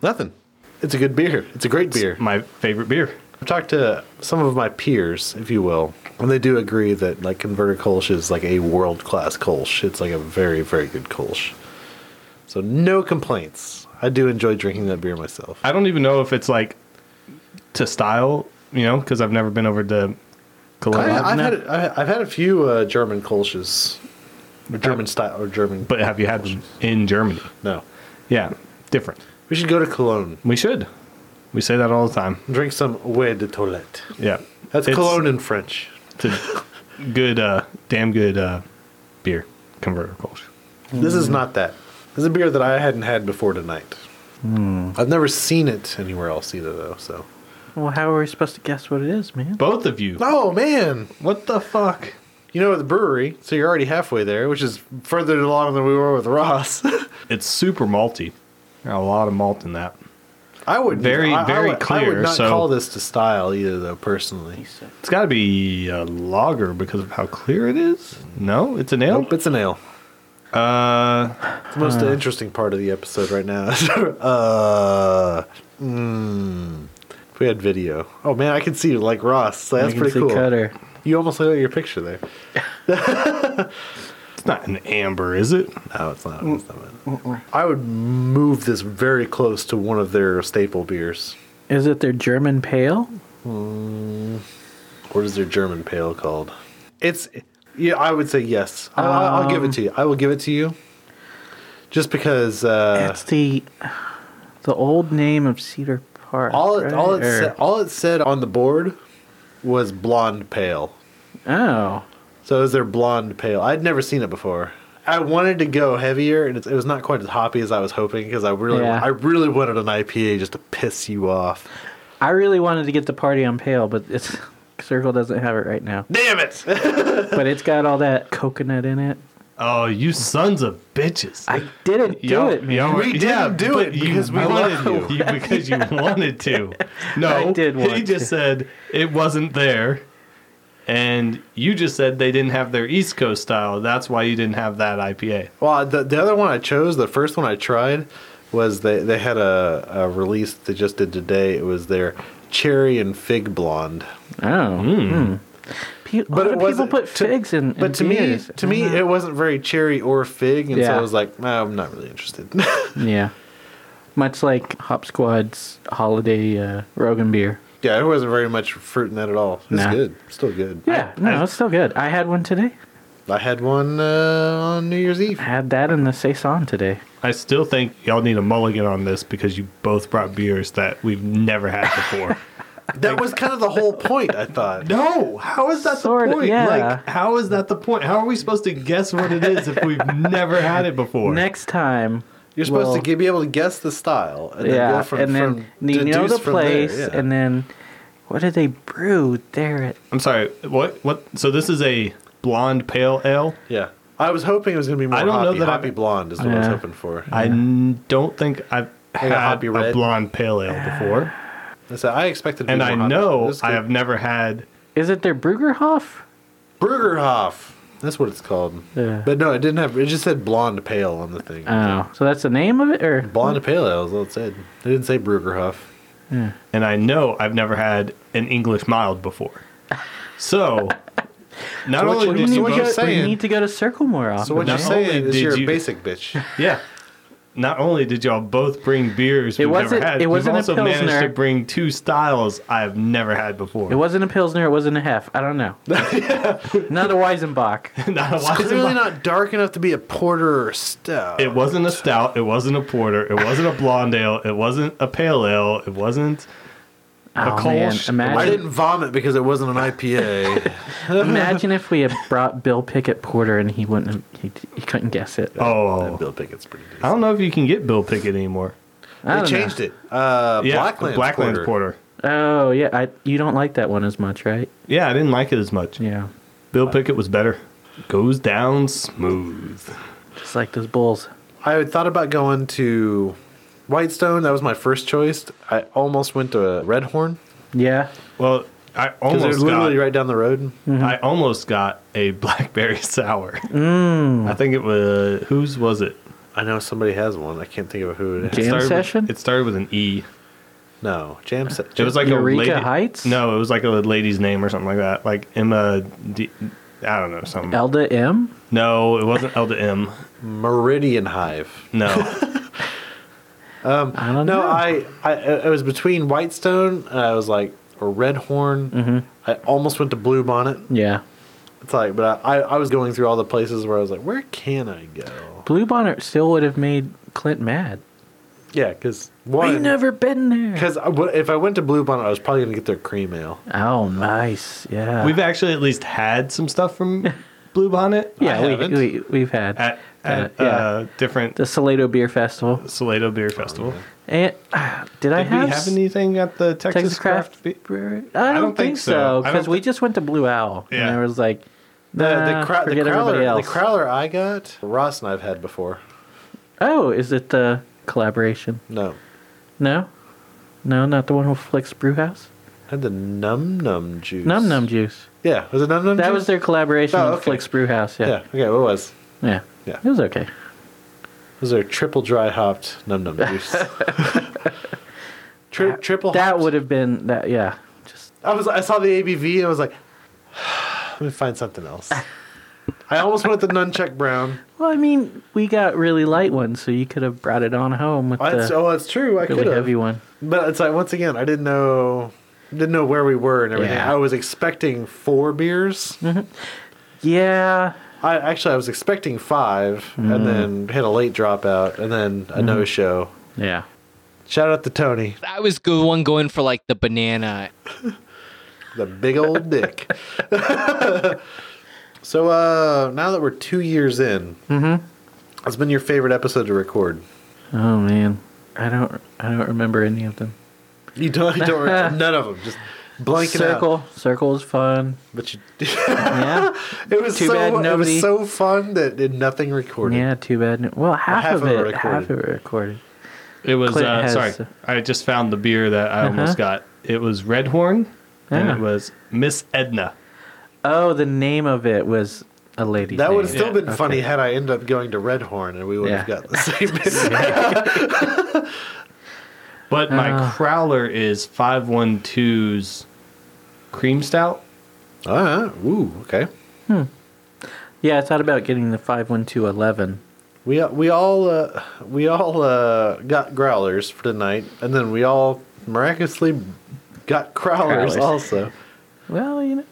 Nothing. It's a good beer. It's a great beer. My favorite beer. I've talked to some of my peers, if you will, and they do agree that like converted Kolsch is like a world class Kolsch. It's like a very, very good Kolsch. So no complaints. I do enjoy drinking that beer myself. I don't even know if it's like to style, you know, because I've never been over to Cologne, I, have had, I, I've had a few uh, German Kolsches, or German style, or German. but have you had them in Germany? no, Yeah, different. we should go to Cologne. We should. We say that all the time. Drink some Eau de Toilette. Yeah, That's It's- Cologne in French. It's a good, uh, damn good uh, beer converter culture. This is not that. This is a beer that I hadn't had before tonight. I've never seen it anywhere else either, though. So. Well, how are we supposed to guess what it is, man? Both of you. Oh man, What the fuck? you know the brewery, so you're already halfway there, which is further along than we were with Ross. It's super malty. Got a lot of malt in that. I would Very, I, I very would- I clear, would not so- call this to style either, though. Personally, It's got to be a lager because of how clear it is. No, it's an ale. nope, it's an ale. Uh, It's the most interesting part of the episode right now. uh, mm, if we had video, oh man, I can see you like Ross. So that's I can pretty see cool. Cutter. You almost laid out your picture there. it's not an amber, is it? No, it's not. It's not I would move this very close to one of their staple beers. Is it their German pale? What is their German pale called? It's yeah, I would say yes. I'll, I'll- I'll give it to you. I will give it to you. Just because uh, it's the the old name of Cedar Park. all it, right? all it Or- sa- all it said on the board was blonde pale. oh, So it was their blonde pale. I'd never seen it before. I wanted to go heavier, and it's, it was not quite as hoppy as I was hoping because I really Yeah. I really wanted an IPA just to piss you off. I really wanted to get the party on pale, but it's Circle doesn't have it right now. Damn it! But it's got all that coconut in it. Oh, you sons of bitches! I didn't do Y'all- it, man. y'all were- We didn't do but it you because we wanted love you because you wanted to. No, I did he want just to. said it wasn't there, and you just said they didn't have their East Coast style. That's why you didn't have that IPA. Well, the, the other one I chose, the first one I tried, was they, they had a, a release they just did today. It was their cherry and fig blonde. Oh, mm. Pe- Hmm. a But it lot of people wasn't- put to- figs in. in But to me, beers. to me, it wasn't very cherry or fig, and so I Yeah. was like, "Nah, I'm not really interested. yeah, much like Hop Squad's holiday uh, Rogan beer. yeah, there wasn't very much fruit in that at all. It's Nah. good, still good. Yeah, no, it's still good. I had one today. I had one uh, on New Year's Eve. I had that in the saison today. I still think y'all need a mulligan on this because you both brought beers that we've never had before. That was kind of the whole point. I thought. no, how is that Sort the of, point? yeah. Like, how is that the point? How are we supposed to guess what it is if we've never had it before? Next time, You're supposed we'll- to ge- be able to guess the style, and yeah, go from, and then from you know the deduce from there, place, yeah. and then what did they brew there? At I'm sorry. What? What? So this is a blonde pale ale. Yeah. I was hoping it was going to be more I don't know hoppy. that I- hoppy blonde is what I was Yeah. hoping for. I n- don't think I've a had hoppy a red. blonde pale ale before, I, said, I expected it to and be more I hoppy. know This I could- have never had. is it their Bruggerhof? Brugerhof. That's what it's called. Yeah. But no, it didn't have. It just said blonde pale on the thing. Oh, so that's the name of it, or Blonde pale ale is all it said. It didn't say Brugerhoff. And I know I've never had an English mild before. So, not So what only you- did so you what you both- say- we saying- need to go to Circle more often. So what you're Not only saying is did you're you- a basic bitch. yeah, not only did y'all both bring beers It we've wasn't- never had, it you've wasn't a also managed to Pilsner. bring two styles I have never had before. it wasn't a pilsner. It wasn't a half. I don't know. Not a Weizenbach. not a It's Weizen clearly Bock. not dark enough to be a porter or a stout. It wasn't a stout. It wasn't a porter. It wasn't a blonde ale. It wasn't a pale ale. It wasn't. Oh, Kolsch. man. I Imagine, didn't vomit because it wasn't an IPA. imagine if we had brought Bill Pickett Porter and he wouldn't have, he, he couldn't guess it. Oh, Bill Pickett's pretty good. I don't know if you can get Bill Pickett anymore. I They don't know. changed it. Uh, Blacklands, Blacklands porter. Oh yeah, I, you don't like that one as much, right? Yeah, I didn't like it as much. Yeah, Uh, Bill Pickett was better. Goes down smooth. just like those bulls. I had thought about going to Whitestone. That was my first choice. I almost went to Red Horn Yeah, Well, I because they're almost got, literally right down the road. I almost got a blackberry sour. Mm. I think it was whose was it? I know somebody has one. I can't think of who it is. It Jam started with- session? it started with an E. No, Jam Set. It was like Eureka a lady, Heights? No, it was like a lady's name or something like that. Like Emma, D, I don't know something. Elda M. no, it wasn't L to M. Meridian Hive. No, I don't No, know. I, I it was between Whitestone. And I was like or Red Horn. Mm-hmm. I almost went to Blue Bonnet. yeah, It's like, but I, I was going through all the places where I was like, where can I go? Blue Bonnet still would have made Clint mad. Yeah, because We've one. never been there. Because if I went to Blue Bonnet, I was probably gonna get their cream ale. Oh, nice. Yeah. we've actually at least had some stuff from Blue Bonnet. yeah, we, haven't. we, we've had at, Uh, at uh, yeah. different the Salado Beer Festival. Salado Beer Festival. And ah, did, I Did we have, have s- anything at the Texas, Texas Craft? Craft Be- Brewery? I don't, think, so I don't because we thi- just went to Blue Owl Yeah. and there was like The nah, the, crow- the forget everybody crowler else. the crowler I got Ross and I've had before. oh, is it the collaboration? No, No, no, not the one with Flicks Brewhouse. I had the num num juice. Num Num Juice. Yeah, was it num num? That was their collaboration Oh, with okay. Flicks Brewhouse. Yeah. Yeah. Okay, what was? yeah, Yeah. It was okay. It was their triple dry hopped num num juice. Tri- triple. That hopped. would have been that. Yeah, just I was. I saw the ABV. and I was like, let me find something else. I almost went with the nunchuck brown. Well, I mean, we got really light ones, so you could have brought it on home with Oh, that's, the oh, that's true. I could really have. heavy one. But it's like once again, I didn't know didn't know where we were and everything. Yeah. I was expecting four beers. Mm. Yeah, I actually I was expecting five, Mm-hmm. and then hit a late dropout, and then a no show. yeah. Shout out to Tony, I was the one going for like the banana. the big old dick. so uh, now that we're two years in, what's been your favorite episode to record? Oh man, I don't, I don't remember any of them. You don't, you don't re- none of them. Just blanking circle, out. circle is fun. But you, Yeah, it was Too so bad it was nobody- so fun that it, nothing recorded. yeah. Too bad. no- Well, half, half of of it, it half of it recorded. recorded. It was Clint uh, has- Uh-huh. sorry. I just found the beer that I almost got. It was Red Horn, and Yeah. it was Miss Edna. Oh, the name of it was a lady. That would have still Yeah, been funny had I ended up going to Red Horn and we would have Yeah. got the same. business. But my Ah. crowler is 512's cream stout. All right. Ooh. Okay. Yeah, I thought about getting the five one two eleven. We we all uh, we all uh, got growlers for tonight, and then we all miraculously got crowlers, Crowlers. also. Well, you know,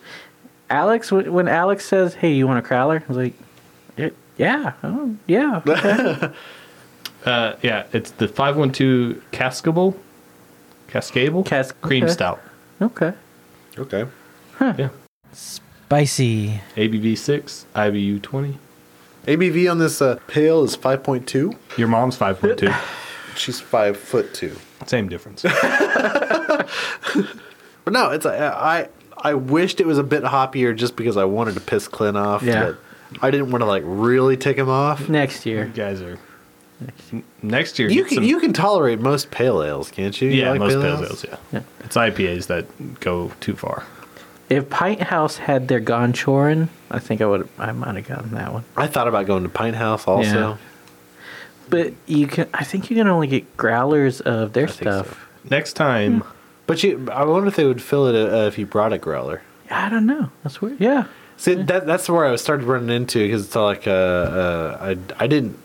Alex. When when Alex says, "Hey, you want a crowler?" I was like, "Yeah, "Yeah, oh, yeah." Uh, yeah, it's the 512 Cascable. Cascable? Cas- cream okay. stout. Okay. Okay. Yeah. Spicy. ABV 6, IBU 20. ABV on this uh, pail is five point two. Your mom's 5.2. She's five foot two. Same difference. But no, it's uh, I I wished it was a bit hoppier just because I wanted to piss Clint off. Yeah. But I didn't want to like really tick him off. Next You year. guys are. N- Next year, You get can some- you can tolerate most pale ales, can't you? You yeah, like most pale ales, yeah. Yeah. It's IPAs that go too far. If Pint House had their Gonchorin, I think I would. I might have gotten that one. I thought about going to Pine House also. But you can. I think you can only get growlers of their think so. stuff. Next Hmm. time, But you, I wonder if they would fill it uh, if you brought a growler. I don't know. That's weird. Yeah. See, Mm-hmm. that, that's where I started running into because it's like uh, uh, I, I didn't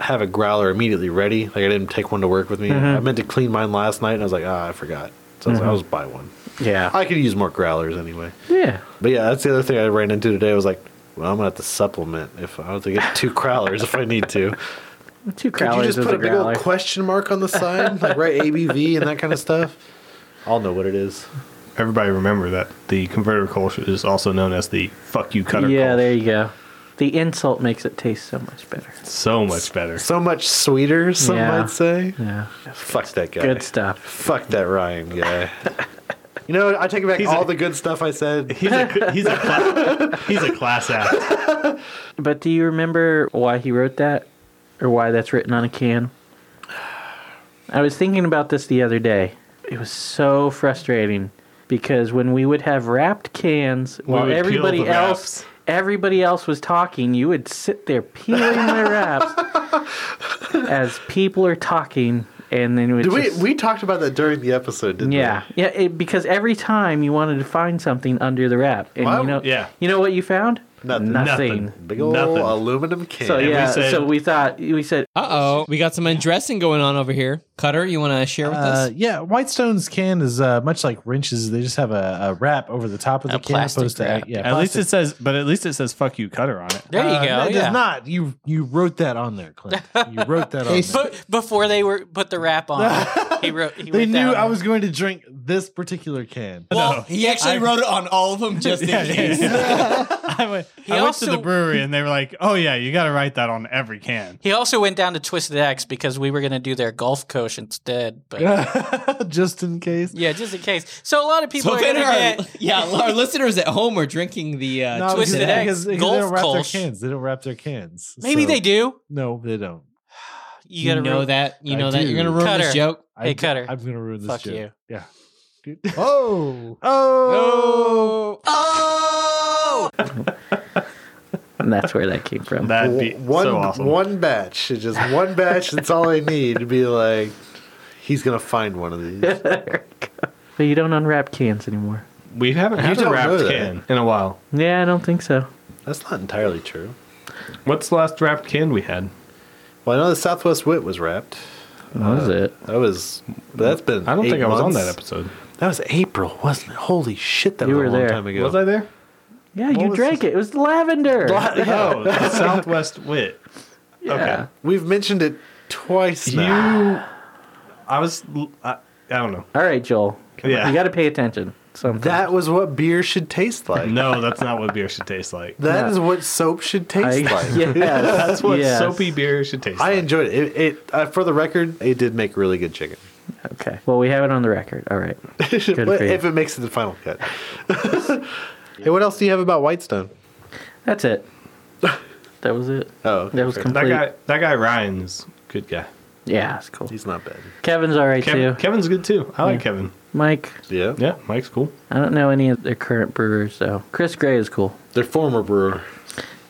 have a growler immediately ready. Like I didn't take one to work with me. Mm-hmm. I meant to clean mine last night, and I was like, ah, I forgot. So I was like, I'll just buy one. Yeah. I could use more growlers anyway. yeah. But yeah, that's the other thing I ran into today. I was like, well, I'm gonna have to supplement if I have to get two growlers if I need to. Two Could you growlers just is put a a big old growler. question mark on the side, like write ABV and that kind of stuff? I'll know what it is. everybody remember that the converter Kolsch is also known as the fuck you cutter yeah. Kolsch. There you go. The insult makes it taste so much better. so much better. So much sweeter, some Yeah. might say. Yeah. Fuck that guy. Good stuff. Fuck that Ryan guy. you know, I take back He's all a- the good stuff I said. He's a he's a class, he's a class act. But do you remember why he wrote that, or why that's written on a can? I was thinking about this the other day. It was so frustrating because when we would have wrapped cans, would while peel everybody the else wraps. everybody else was talking, you would sit there peeling the wraps as people are talking, and then it would Did we just- we talked about that during the episode, didn't yeah, yeah, it, because every time you wanted to find something under the wrap, and Well, you know, yeah. you know what you found? Nothing. Nothing. we? Big old Nothing. aluminum can. So we yeah, said- so we thought we said Uh oh, we got some undressing going on over here. Cutter, you want to share with Uh, us? yeah, Whitestone's can is uh, much like wrenches. They just have a, a wrap over the top of A the can, plastic opposed to wrap. yeah. At least plastic. it says, but at least it says "fuck you" cutter on it. There you Uh, go. That yeah. does not. You you wrote that on there, Clint. You wrote that on. Case- there. But before they were put the wrap on, he wrote. He They wrote that knew on I there. was going to drink this particular can. Well, he actually wrote it on all of them just in case. I went, He I went to also- the brewery and they were like, "Oh yeah, you got to write that on every can." He also went down to Twisted X because we were going to do their golf coach instead. But just in case. yeah, just in case. So a lot of people So are then going our, to get. yeah, our listeners at home are drinking the uh, No, Twisted because- Egg, because- because Golf they don't wrap Kolsch. their cans. They don't wrap their cans. Maybe So- they do. No, they don't. You You, got to know that. You I know that. do. You're gonna ruin Cutter. this joke. Hey, Cutter. I'm gonna ruin this Fuck joke. you. Yeah. Oh, Oh. And that's where that came from. That'd be W- one so awesome. one batch, It's just one batch. That's all I need to be like. He's gonna find one of these. but you don't unwrap cans anymore. we haven't had a don't know wrapped that. can in a while. Yeah, I don't think so. That's not entirely true. What's the last wrapped can we had? Well, I know the Southwest Wit was wrapped. That was it. That was. That's been. I don't eight think I was on months. that episode. That was April, wasn't it? Holy shit, that You was were a long there. time ago. Was I there? Yeah, you was drank it. It was lavender. Oh, the Southwest Wit. yeah. We've mentioned it twice You, now. I was. l- I, I don't know. All right, Joel. Yeah. You got to pay attention. Sometimes. That was what beer should taste like. No, that's not what beer should taste like. That is what soap should taste like. yes, That's what yes. soapy beer should taste I like. enjoyed it. It, it uh, for the record, it did make really good chicken. Okay. Well, we have it on the record. All right. Good But for you. if it makes it to the final cut. hey, what else do you have about Whitestone? That's it. That was it. Oh, okay, That was fair. that complete. guy. That guy Ryan's good guy. yeah, it's cool. He's not bad. Kevin's all right Kevin, too. Kevin's good too. I like Kevin. Mike, Yeah. Yeah, Mike's cool. I don't know any of their current brewers though. Chris Gray is cool. Their former brewer.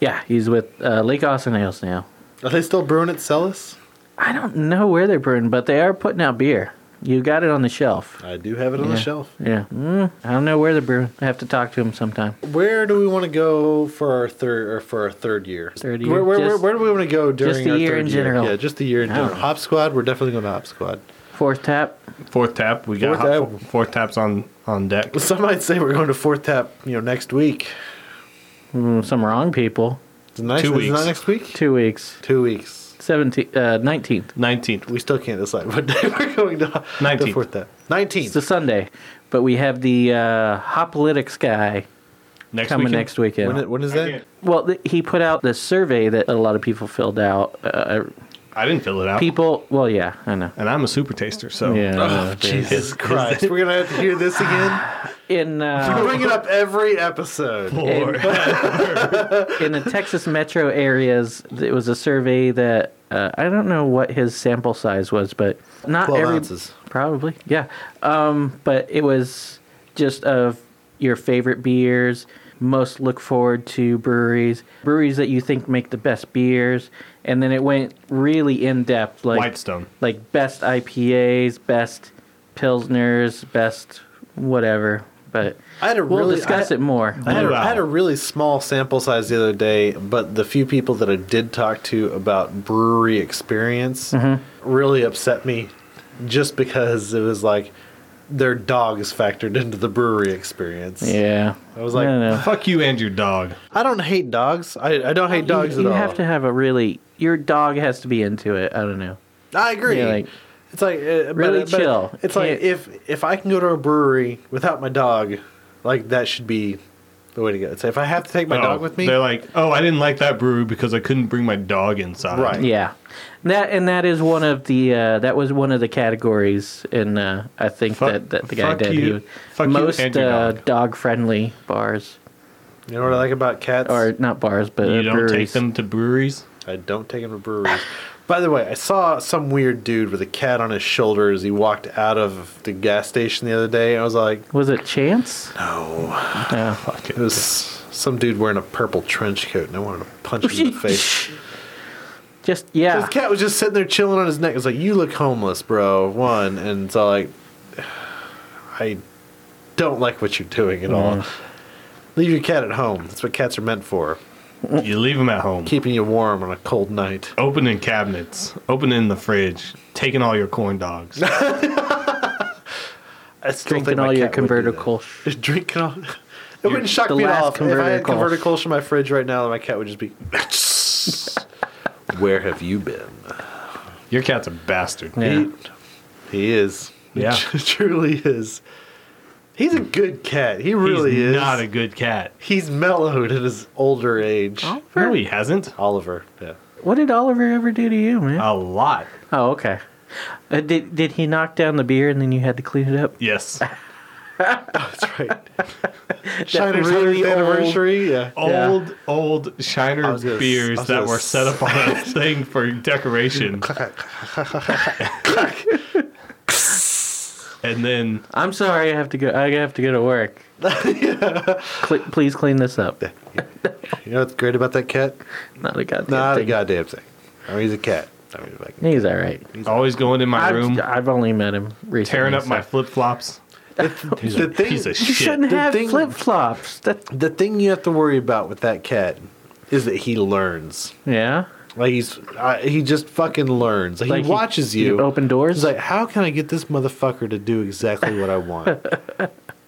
Yeah, he's with uh, Lake Austin Ales now. Are they still brewing at Celis? I don't know where they're brewing, but they are putting out beer. You got it on the shelf. I do have it on the Yeah. shelf. Yeah. Mm, I don't know where they're brewing. I have to talk to them sometime. Where do we want to go for our third or for our third year? Third Where, year, where, where, just- where do we want to go during the our year third in general. Yeah, just the year in I don't general. know. Hop Squad. We're definitely going to Hop Squad. Fourth tap. Fourth tap. We got Fourth fourth, tap. fourth taps on on deck. Some might say we're going to fourth tap. You know, next week. Mm, Some wrong people. It's nice. Two Two weeks. weeks. Not next week. Two weeks. Two weeks. 17th, uh, 19th. Nineteenth. We still can't decide what day we're going to. Nineteenth. The fourth tap. It's a Nineteenth. Sunday. But we have the uh, Hopolytics guy Next coming weekend? next weekend. When, it- when is that? can't- well, th- he put out the survey that a lot of people filled out. Uh, I didn't fill it out. people, well, yeah, I know. And I'm a super taster, so Yeah. Jesus Christ. we're going to have to hear this again. in We uh, bring it up every episode. in the Texas metro areas, it was a survey that uh, I don't know what his sample size was, but not 12 every ounces. probably yeah. Um, but it was just of your favorite beers, most look forward to breweries, breweries that you think make the best beers, and then it went really in depth, like Whitestone. like best IPAs, best pilsners, best whatever. But I had a we'll really- discuss I- it more. I had, a, I had a really small sample size the other day, but the few people that I did talk to about brewery experience Mhm. really upset me just because it was like their dog is factored into the brewery experience. Yeah. I was like, fuck you and your dog. I don't hate dogs. I, I don't hate dogs you, you at all. have to have a really your dog has to be into it. I don't know. I agree. Yeah, like- it's like uh, Really chill. it's like Can't- if if I can go to a brewery without my dog, like that should be the way to go. It's if I have to take my Oh, dog with me, They're like, oh, I didn't like that brewery because I couldn't bring my dog inside. Right. Yeah, that and that is one of the uh, that was one of the categories, and uh, I think that, that the guy fuck did you- He was- fuck you most and your uh, dog friendly bars You know what I like about cats? or not bars, but You uh, don't take breweries. them to breweries. I don't take him to breweries. By the way, I saw some weird dude with a cat on his shoulder as he walked out of the gas station the other day. I was like, was it Chance? No, fuck it was some dude wearing a purple trench coat, and I wanted to punch him in the face. Just yeah, His cat was just sitting there chilling on his neck. It's like, you look homeless, bro. One, and it's all like, I don't like what you're doing at all. Mm-hmm. Leave your cat at home. That's what cats are meant for. You leave them at home. Keeping you warm on a cold night. Opening cabinets, opening the fridge, taking all your corn dogs. drinking all your convertible. Drinking all. It wouldn't shock the me at last all if, if I converter Kolsch. had converter Kolsch in my fridge right now. My cat would just be. Where have you been? Your cat's a bastard. Yeah. He, he is. Yeah. He truly is. He's a good cat. He really He's is. not a good cat. He's mellowed at his older age. Oliver? No, he hasn't. Oliver. Yeah. What did Oliver ever do to you, man? A lot. Oh, okay. Uh, did did he knock down the beer and then you had to clean it up? Yes. That's right. That Shiner's really 100th old- anniversary. yeah. Yeah. Old, old I Shiner was gonna- I beers was that gonna were set up on a thing for decoration. and then I'm sorry, I have to go. I have to go to work. Cle- please clean this up. You know what's great about that cat? Not a goddamn Not a thing. goddamn thing. I mean, he's a cat. I mean, like, He's all right. always going in my I've, room, I've only met him recently. tearing up so- my flip flops. He's a piece of you shit. shouldn't The have thing- flip flops. the thing you have to worry about with that cat is that he learns. Yeah. Like he's uh, he just fucking learns. Like, Like he he- watches you. oh, you open doors? He's like, how can I get this motherfucker to do exactly what I want?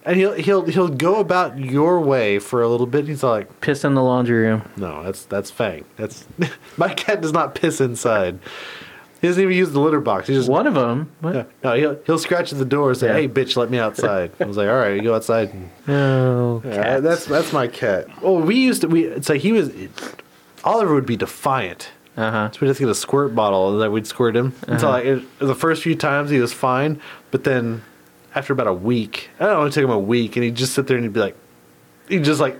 and he'll he'll he'll go about your way for a little bit. And he's all like, piss in the laundry room. No, that's that's Fang. That's my cat does not piss inside. He doesn't even use the litter box. He just one of them. No, he'll he'll scratch at the door and say, Yeah. "Hey, bitch, let me outside." I was like, "All right, you go outside." No. Yeah, that's that's my cat. Well, we used to we. It's like he was. Oliver would be defiant. Uh huh. So we just get a squirt bottle that we'd squirt him. And so Uh-huh. like it, the first few times he was fine, but then after about a week, I don't know, it took him a week, and he'd just sit there and he'd be like, he'd just like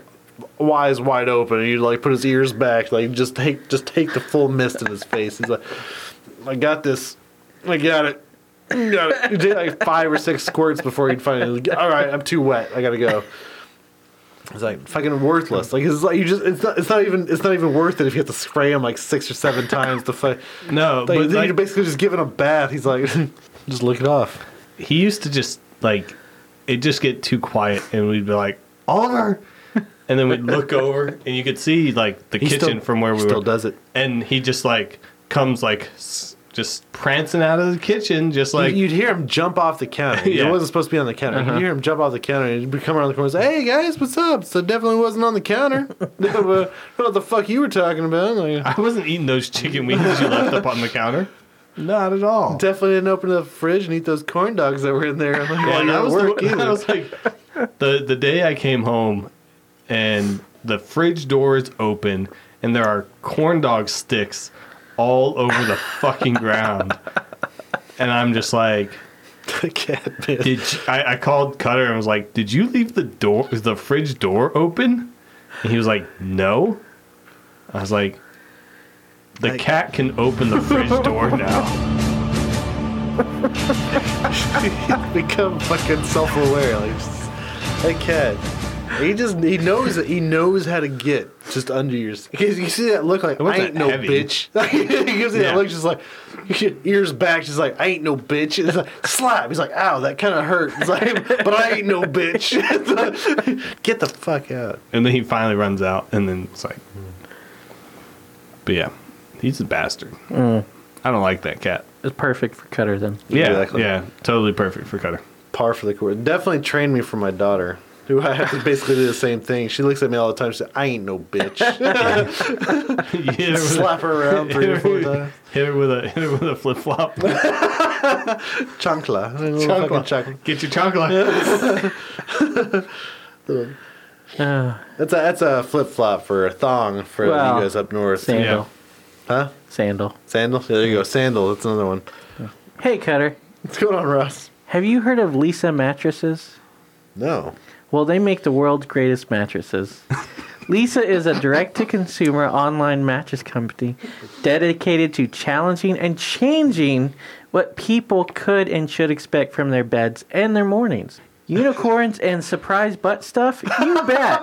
eyes wide open, and he'd like put his ears back, like just take just take the full mist in his face. He's like, I got this, I got it. Got it. He did like five or six squirts before he'd finally. like, All right, I'm too wet. I gotta go. It's like fucking worthless. Like it's like you just it's not it's not even it's not even worth it if you have to spray him like six or seven times to fight. No, Like, but then you're like, basically just giving him a bath. He's like, just lick it off. he used to just like it just get too quiet, and we'd be like Oliver, and then we'd look over, and you could see like the He kitchen still- from where we he still were. does it. and he just like comes like s- just prancing out of the kitchen, just like you'd hear him jump off the counter. Yeah. It wasn't supposed to be on the counter. Uh-huh. You'd hear him jump off the counter and he'd be coming around the corner and say, Hey guys, what's up? So it definitely wasn't on the counter. I don't know what the fuck you were talking about. Like, I wasn't eating those chicken wings you left up on the counter. Not at all. Definitely didn't open the fridge and eat those corn dogs that were in there. I'm like, Yeah, "Well, that you're was, working." the, that was like the the day I came home, and the fridge door is open, and there are corn dog sticks all over the fucking ground, and I'm just like, Did you, I, I called Cutter and was like, "Did you leave the door, the fridge door open?" And he was like, "No." I was like, "The cat can open the fridge door now." become fucking self aware. Like, just, that cat. He just he knows that he knows how to get just under your because you see that look like I wasn't ain't no heavy. bitch. he gives you Yeah. that look just like ears back, just like I ain't no bitch. And it's like slap. He's like, ow, that kind of hurt. It's like, but I ain't no bitch. It's like, get the fuck out. And then he finally runs out, and then it's like, but yeah, he's a bastard. Mm. I don't like that cat. It's perfect for Cutter then. Yeah, Exactly. yeah, totally perfect for Cutter. Par for the course. Definitely trained me for my daughter. Who I have to basically do the same thing. She looks at me all the time. She said, "I ain't no bitch." Slap her around three or four times. Hit her with a hit her with a flip flop. Chancla. Chancla. Fucking chancla. Get your chocolate. Ah, That's a that's a flip flop for a thong for Well, you guys up north. sandal. Huh? Sandal. Sandal? Yeah, there you go. Sandal. That's another one. Hey, Cutter. What's going on, Ross? Have you heard of Lisa Mattresses? No. Well, they make the world's greatest mattresses. Lisa is a direct to consumer online mattress company dedicated to challenging and changing what people could and should expect from their beds and their mornings. Unicorns and surprise butt stuff? You bet.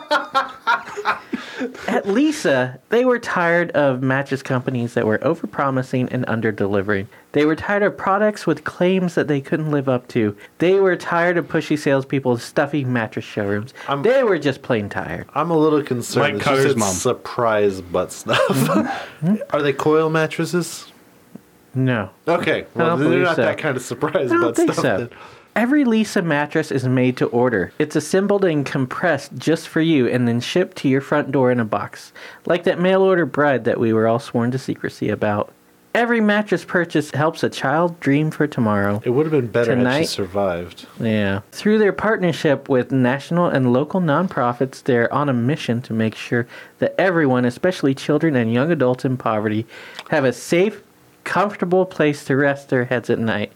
At Lisa, they were tired of mattress companies that were overpromising and underdelivering. They were tired of products with claims that they couldn't live up to. They were tired of pushy salespeople and stuffy mattress showrooms. they were just plain tired. I'm a little concerned. Mike that she Cutter's said mom. Surprise butt stuff. Hmm? Are they coil mattresses? No. Okay. Well, don't they're believe not so. that kind of surprise I don't butt think stuff. so. then. Every Lisa mattress is made to order. It's assembled and compressed just for you and then shipped to your front door in a box, like that mail order bride that we were all sworn to secrecy about. Every mattress purchase helps a child dream for tomorrow. It would have been better had she Tonight- survived. Yeah. Through their partnership with national and local nonprofits, they're on a mission to make sure that everyone, especially children and young adults in poverty, have a safe, comfortable place to rest their heads at night.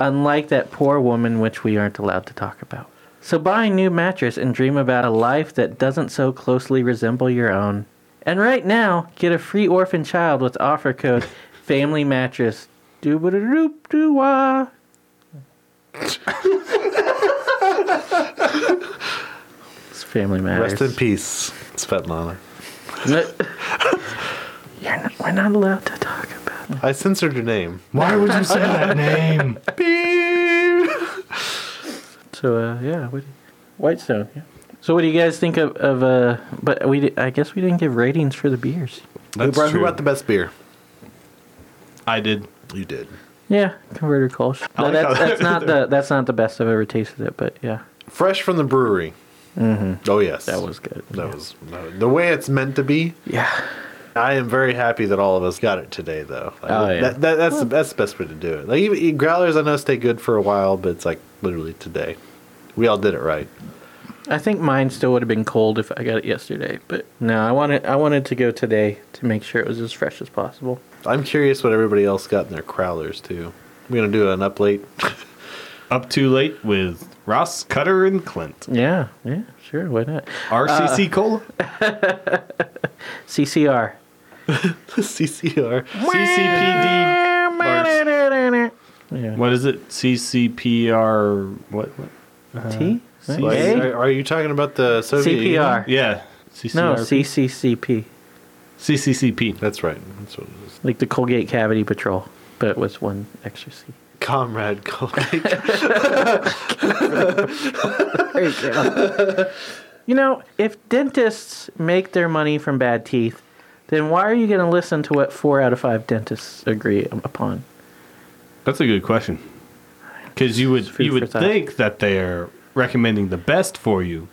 Unlike that poor woman, which we aren't allowed to talk about. So buy a new mattress and dream about a life that doesn't so closely resemble your own. And right now, get a free orphan child with offer code Family Mattress. Doo ba doop doo wah. It's family matters. Rest in peace, Svetlana. You're not, we're not allowed to talk about I censored her name. Why would you say that name? So uh, yeah, what, Whitestone. Yeah. So what do you guys think of of? Uh, but we di- I guess we didn't give ratings for the beers. Who That's brought, who true. brought the best beer? I did. You did. Yeah, converter Kolsch. I No, like that's, how- that's not the that's not the best I've ever tasted it, but yeah, Fresh from the brewery. Mm-hmm. Oh yes, that was good. that was the way it's meant to be. Yeah. I am very happy that all of us got it today, though. Like, Oh, yeah. that, that, that's the that's the best way to do it. Like even, even growlers, I know stay good for a while, but it's like literally today, we all did it right. I think mine still would have been cold if I got it yesterday, but no, I wanted I wanted to go today to make sure it was as fresh as possible. I'm curious what everybody else got in their growlers too. We're gonna do an up late. Up too late with Ross Cutter and Clint. Yeah, yeah, sure, why not? RCC Uh, cola. CCR. CCR. CCPD. or- What is it? CCPR. What? what? T? Like, Eh? are, are you talking about the Soviet Union? CPR. Yeah. No, CCRP? CCCP, CCCP. That's right. That's what it is. like the Colgate Cavity Patrol, but with one extra C. Comrade Colgate. There you go. you know, if dentists make their money from bad teeth, then why are you going to listen to what four out of five dentists agree um, upon? That's a good question. Because you would Food you for would thought. think that they're recommending the best for you,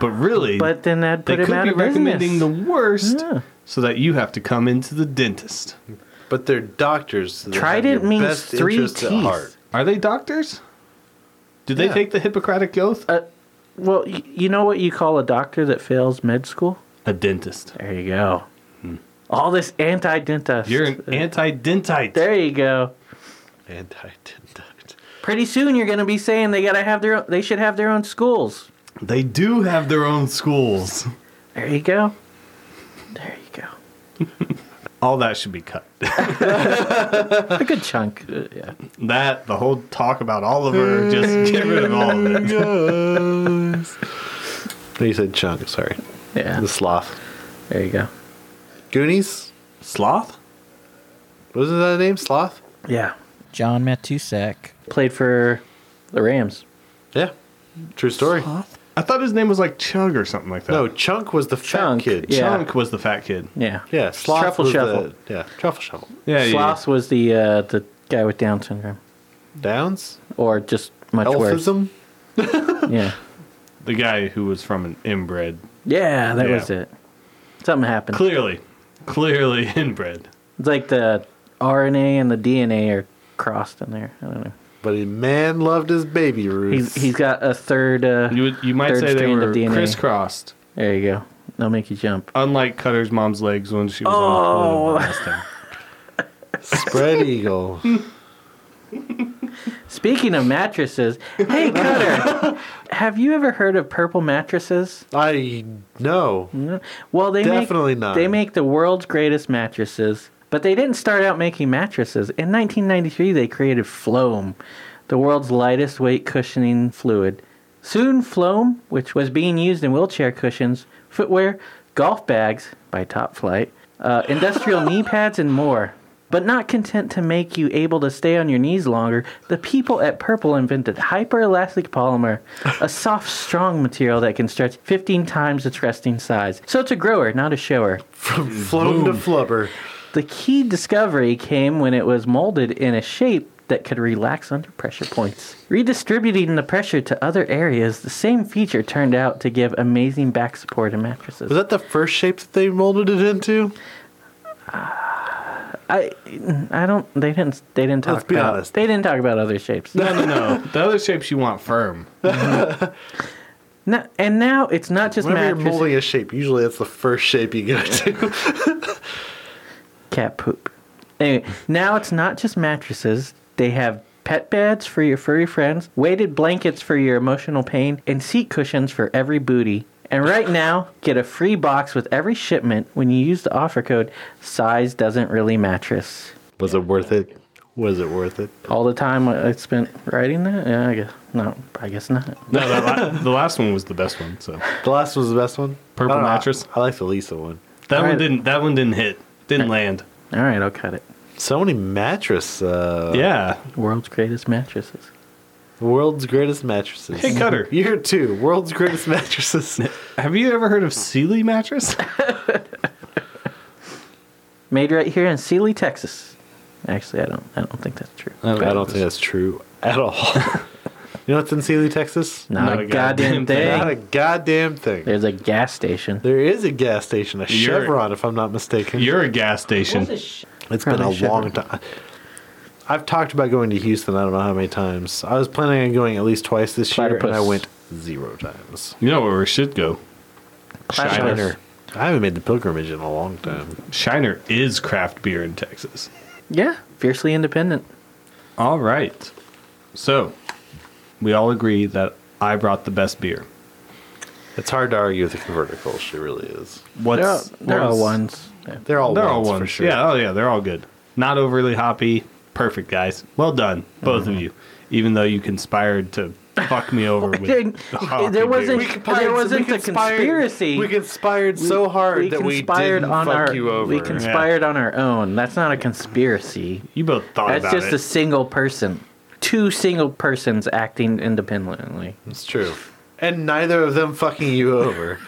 but really, But then that'd they put could him out be of business. recommending the worst, Yeah. so that you have to come into the dentist. But they're doctors. So they have Trident your means best three interests at teeth. heart. Are they doctors? Did they Yeah. take the Hippocratic oath? Uh, well, y- you know what you call a doctor that fails med school? a dentist. There you go. All this anti-dentist. Hmm. Uh, You're an anti-dentite. there you go. Anti-dentite. Pretty soon you're going to be saying they got to have their own, they should have their own schools. They do have their own schools. There you go. There you go. All that should be cut. A good chunk. uh, yeah. that the whole talk about Oliver, just get rid of all of it. You said chunk, sorry. Yeah. The sloth. There you go. Goonies? Sloth? What was that name? Sloth? Yeah. John Matusak. Played for the Rams. Yeah. True story. I thought his name was like Chug or something like that. No, Chunk was the Chunk, fat kid. yeah. Chunk was the fat kid. Yeah. Yeah, Sloth Truffle was Shuffle. the yeah, Truffle Shovel. Yeah, yeah, Sloth was the uh, the guy with Down syndrome, Downs? or just much Elphism? worse. Yeah. The guy who was from an inbred. Yeah, that Yeah. was it. Something happened. Clearly. Clearly inbred. It's like the RNA and the DNA are crossed in there. I don't know. But a man loved his baby He's roots. he's got a third. Uh, You, would- you might third say they strand of were DNA. crisscrossed. there you go. They'll make you jump. Unlike Cutter's mom's legs when she was on the toilet last time. Spread eagle. Speaking of mattresses, hey Cutter, have you ever heard of purple mattresses? I know. Mm. Well, they Definitely make, not. They make the world's greatest mattresses, but they didn't start out making mattresses. In 1993, they created Floam, the world's lightest weight cushioning fluid. Soon, Floam, which was being used in wheelchair cushions, footwear, golf bags by Top Flight, uh, industrial knee pads, and more. But not content to make you able to stay on your knees longer, the people at Purple invented hyperelastic polymer, a soft, strong material that can stretch 15 times its resting size. So it's a grower, not a shower. Flown to flubber. The key discovery came when it was molded in a shape that could relax under pressure points. Redistributing the pressure to other areas, the same feature turned out to give amazing back support in mattresses. Was that the first shape that they molded it into? I, I don't. They didn't. They didn't talk Let's be about. honest. They didn't talk about other shapes. No, no, no. The other shapes you want firm. No, and now it's not just Whenever you're mattresses. molding a shape, usually that's the first shape you go to. cat poop. Anyway, now it's not just mattresses. They have pet beds for your furry friends, weighted blankets for your emotional pain, and seat cushions for every booty. And right now, get a free box with every shipment when you use the offer code size doesn't really mattress. Was it worth it? Was it worth it? All the time I spent writing that? Yeah, I guess. No, I guess not. No, the, la- the last one was the best one. So The last was the best one. Purple I don't know, mattress? I, I like the Lisa one. that All one right. didn't. That one didn't hit. Didn't land. All right, I'll cut it. So many mattress. Uh, yeah. World's greatest mattresses. World's greatest mattresses. Hey, Cutter. Year two. World's greatest mattresses. Have you ever heard of Sealy mattress? Made right here in Sealy, Texas. Actually, I don't. I don't think that's true. I don't think that's true at all. you know what's in Sealy, Texas? Not, a goddamn, thing. Not a goddamn thing. There's a gas station. There is a gas station, a You're- Chevron, if I'm not mistaken. You're a gas station. It's been a Probably long Chevron. time. I've talked about going to Houston. I don't know how many times. I was planning on going at least twice this year, Platypus. and I went zero times. You know where we should go. Platypus. Shiner. I haven't made the pilgrimage in a long time. Shiner is craft beer in Texas. Yeah, fiercely independent. All right. So, we all agree that I brought the best beer. It's hard to argue with the converter Kolsch. It really is. There are, What's there are what's- ones. Yeah. They're all They're ones, all for ones. sure. Yeah. Oh yeah. They're all good. Not overly hoppy. Perfect, guys. Well done, both Mm-hmm. of you. Even though you conspired to fuck me over with Didn't- the hoppy there wasn't- beers. There wasn't a conspired- conspiracy. We conspired so hard that we didn't fuck our, you over. We conspired on our own. That's not a conspiracy. You both thought That's about just it. a single person. Two single persons acting independently. It's true. And neither of them fucking you over.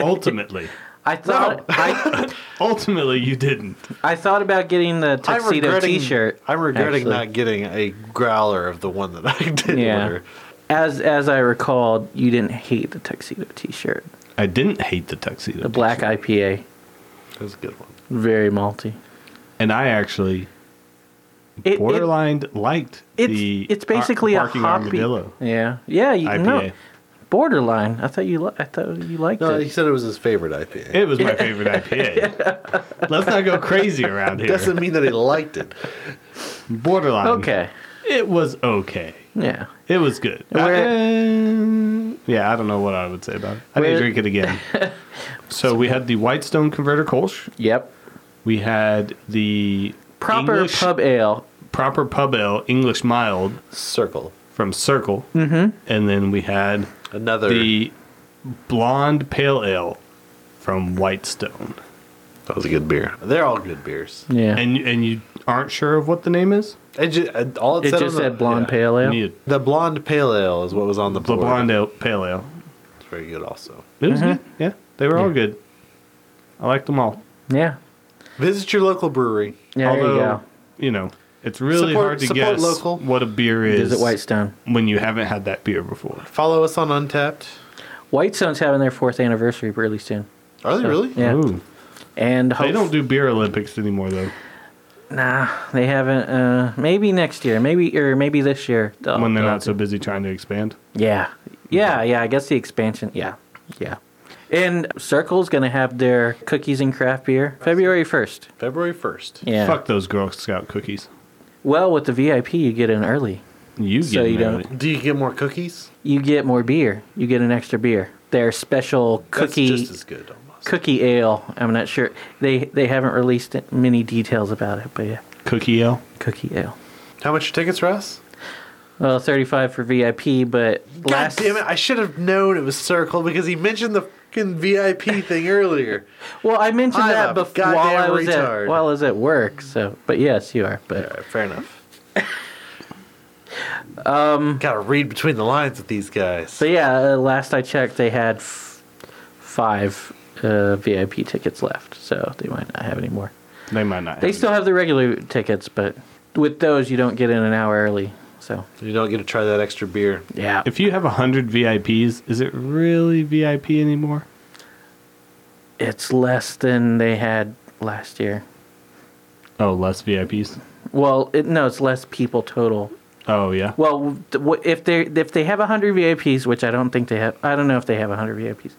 ultimately, I thought I, ultimately, you didn't. I thought about getting the I'm tuxedo regretting- T-shirt. I'm regretting actually. not getting a growler of the one that I did Yeah. order. As as I recalled, you didn't hate the tuxedo T-shirt, I didn't hate the tuxedo. the black IPA, That was a good one. very malty. And I actually It- it- borderline liked It's the. it's basically ar- a barking hoppy. armadillo. Yeah, yeah. You, No, IPA. borderline. I thought you. Li- I thought you liked No, he it. said it was his favorite IPA. It was my favorite IPA. Let's not go crazy around here. Doesn't mean that he liked it. Borderline. Okay. It was okay. Yeah. It was good. Uh, yeah, I don't know what I would say about it. I Where- didn't drink it again. so we had the Whitestone Converter Kolsch. Yep. We had the Proper English- pub ale. proper pub ale English mild Circle. from Circle, mm-hmm. and then we had Another the blonde pale ale from Whitestone. That was a good beer. They're all good beers. Yeah. And and you aren't sure of what the name is? It just, all it, It said just on the- said blonde pale ale? Need- The blonde pale ale is what was on the The board. blonde ale, pale ale. It's very good, also. It Uh-huh. was good. Yeah, they were all good. I liked them all. Yeah. Visit your local brewery. Yeah, there you Although, go. you know, it's really Support- hard to support guess local. what a beer is. Visit Whitestone. when you haven't had that beer before. Follow us on Untapped. Whitestone's having their fourth anniversary really soon. Are they really? Yeah. Ooh. And They hope, don't do beer Olympics anymore though. nah, they haven't. Uh, maybe next year, maybe or maybe this year. they'll- when they're they'll not so busy trying to expand. Yeah. Yeah, yeah, I guess the expansion. Yeah. Yeah. And Circle's going to have their cookies and craft beer February 1st. February 1st. Yeah. Fuck those Girl Scout cookies. Well, with the VIP, you get in early. You get So you you don't- Do you get more cookies? You get more beer. You get an extra beer. Their special cookie That's just as good. cookie ale. I'm not sure. They they haven't released it- many details about it, but yeah, Cookie ale. cookie ale. How much are tickets, Russ? Well, 35 for VIP, but last God damn it! I should have known it was Circle because he mentioned the fucking VIP thing earlier. Well, I mentioned I'm that a before goddamn while I was retard. at while I was at work. So, but yes, you are. But Fair enough. um, gotta read between the lines with these guys. But yeah, uh, last I checked, they had f- five uh, VIP tickets left, so they might not have any more. They might not. They have still have the regular tickets, but with those, you don't get in an hour early. So You don't get to try that extra beer. yeah, it. if you have hundred VIPs, is it really VIP anymore? it's less than they had last year. Oh, less VIPs. Well, it, no, it's less people total. Oh yeah. Well, th- wh- if they if they have hundred VIPs, which I don't think they have, I don't know if they have hundred VIPs.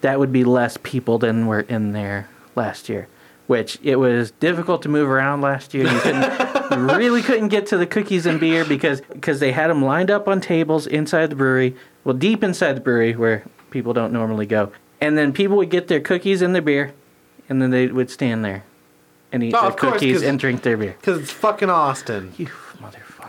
That would be less people than were in there last year, which it was difficult to move around last year. You, couldn't, you really couldn't get to the cookies and beer because because they had them lined up on tables inside the brewery, well, deep inside the brewery where people don't normally go, and then people would get their cookies and their beer, and then they would stand there and eat Oh, their of course, cookies 'cause- and drink their beer. Because it's fucking Austin.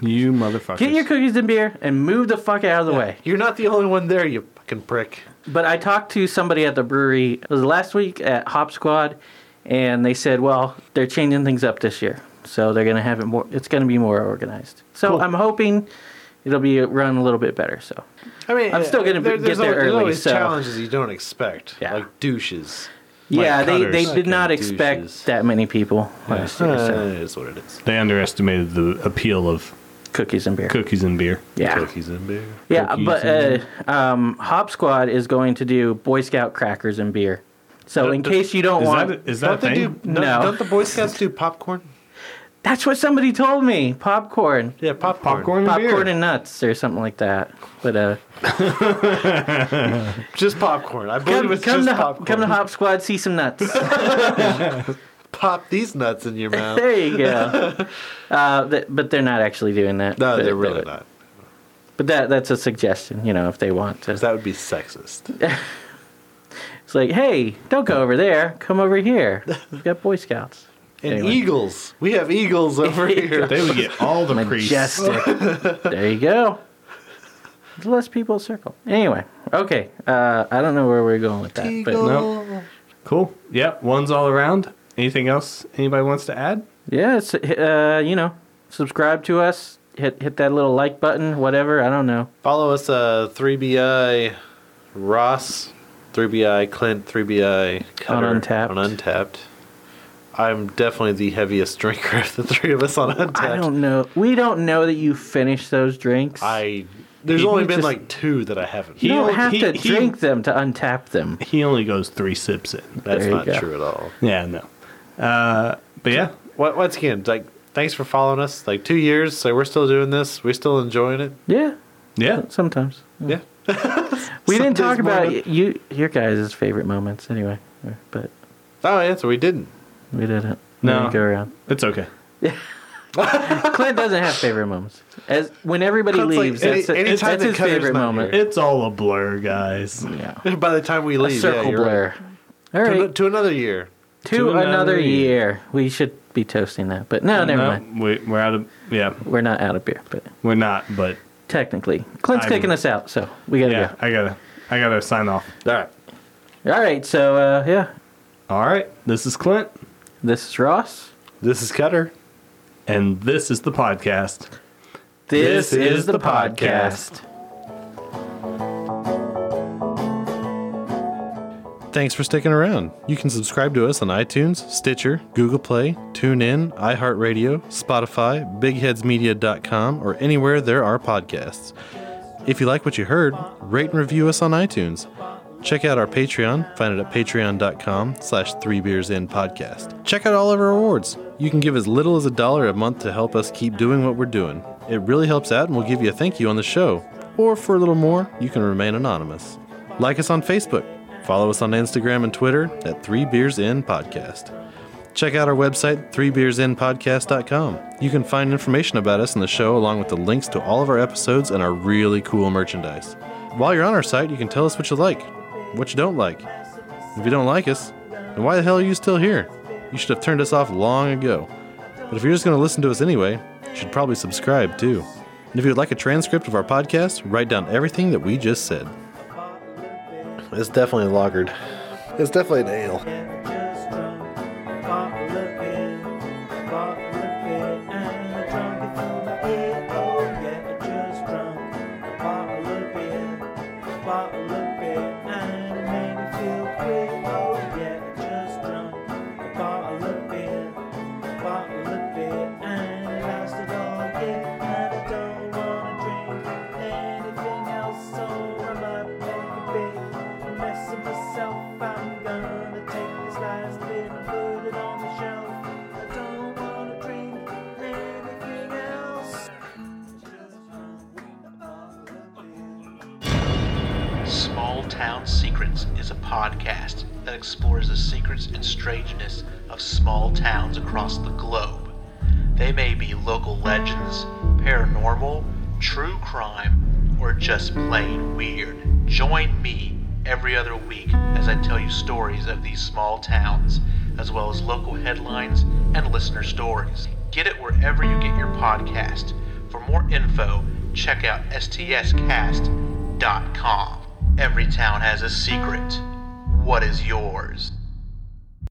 You motherfuckers. Get your cookies and beer and move the fuck out of the way. You're not the only one there, you fucking prick. But I talked to somebody at the brewery. It was last week at Hop Squad, and they said, well, they're changing things up this year, so they're gonna have it more. It's gonna be more organized. So I'm hoping it'll be run a little bit better. So I mean, I'm still gonna there- be- there's get there always, there's early, always so- challenges you don't expect, Yeah. like douches. yeah, they, cutters. they did not Fucking expect douches. that many people last year. Uh, So it is what it is. They underestimated the appeal of cookies and beer. cookies and beer. yeah. Cookies and beer. Yeah, cookies but uh, and- um, Hop Squad is going to do Boy Scout crackers and beer. So in case you don't Is want, that is that a Don't they thing? do? No, No. Don't the Boy Scouts do popcorn? that's what somebody told me. Popcorn, Yeah, popcorn. Popcorn and popcorn beer. and nuts, or something like that. But uh, Just popcorn. I believe come, it's come just to Hop- popcorn. come to Hop Squad, see some nuts. Pop these nuts in your mouth. there you go. Uh, th- but they're not actually doing that. No, But they're they really would- not. But that that's a suggestion, you know, if they want to. 'Cause That would be sexist. it's like, hey, don't go over there. Come over here. We've got Boy Scouts. And Anyway. eagles. We have eagles over here. They would get all the priests. Majestic. there you go. There's less people circle. Anyway, okay. Uh, I don't know where we're going with that, but No. Cool. Yep. One's all around. Anything else anybody wants to add? yeah, it's, uh, you know, subscribe to us. Hit hit that little like button, whatever. I don't know. Follow us, uh, 3BI Ross, 3BI Clint, 3BI Cutter, Untapped. On Untapped. I'm definitely the heaviest drinker of the three of us on Untapped. I don't know. We don't know that you finished those drinks. I- there's He- only he been just- like two that I haven't. He- you don't have he- to he- drink them to untap them. He only goes three sips in. That's there you not go. true at all. Yeah. No. Uh, but yeah. What, once again, like, thanks for following us. Like two years, so we're still doing this. We're still enjoying it. Yeah, Yeah. sometimes. Yeah. We didn't Sometimes talk about moment. you your guys' favorite moments anyway, but Oh, yeah, so we didn't. we didn't. We No. didn't go around. It's okay. Clint doesn't have favorite moments. As when everybody Clint's like, leaves, any- that's, it- anytime that's that his Cutter's favorite not moment. here. It's all a blur, guys. Yeah. By the time we A leave, yeah, circle you're right. blur. All To, right, to, to another year. to another, another year. year. We should be toasting that, but no, never No, mind. We, we're out of. Yeah. We're not out of beer, but We're not. But technically, Clint's I'm- kicking us out, so we gotta yeah. go. I gotta. I gotta sign off. All right. All right. So uh, yeah. All right. This is Clint. This is Ross. This is Cutter. And this is the podcast. This is the podcast. Thanks for sticking around. You can subscribe to us on iTunes, Stitcher, Google Play, TuneIn, iHeartRadio, Spotify, BigHeadsMedia.com, or anywhere there are podcasts. If you like what you heard, rate and review us on iTunes. Check out our Patreon. Find it at patreon.com slash three beers in podcast. Check out all of our awards. You can give as little as a dollar a month to help us keep doing what we're doing. It really helps out and we'll give you a thank you on the show. Or for a little more, you can remain anonymous. Like us on Facebook. Follow us on Instagram and Twitter at Three Beers In Podcast. Check out our website, threebeersinpodcast.com. You can find information about us and the show along with the links to all of our episodes and our really cool merchandise. While you're on our site, you can tell us what you like, what you don't like. If you don't like us, then why the hell are you still here? You should have turned us off long ago. But if you're just going to listen to us anyway, you should probably subscribe too. And if you would like a transcript of our podcast, write down everything that we just said. It's definitely lagered. It's definitely an ale. Small Town Secrets is a podcast that explores the secrets and strangeness of small towns across the globe. They may be local legends, paranormal, true crime, or just plain weird. Join me every other week as I tell you stories of these small towns, as well as local headlines and listener stories. Get it wherever you get your podcast. For more info, check out stscast.com. Every town has a secret. What is yours?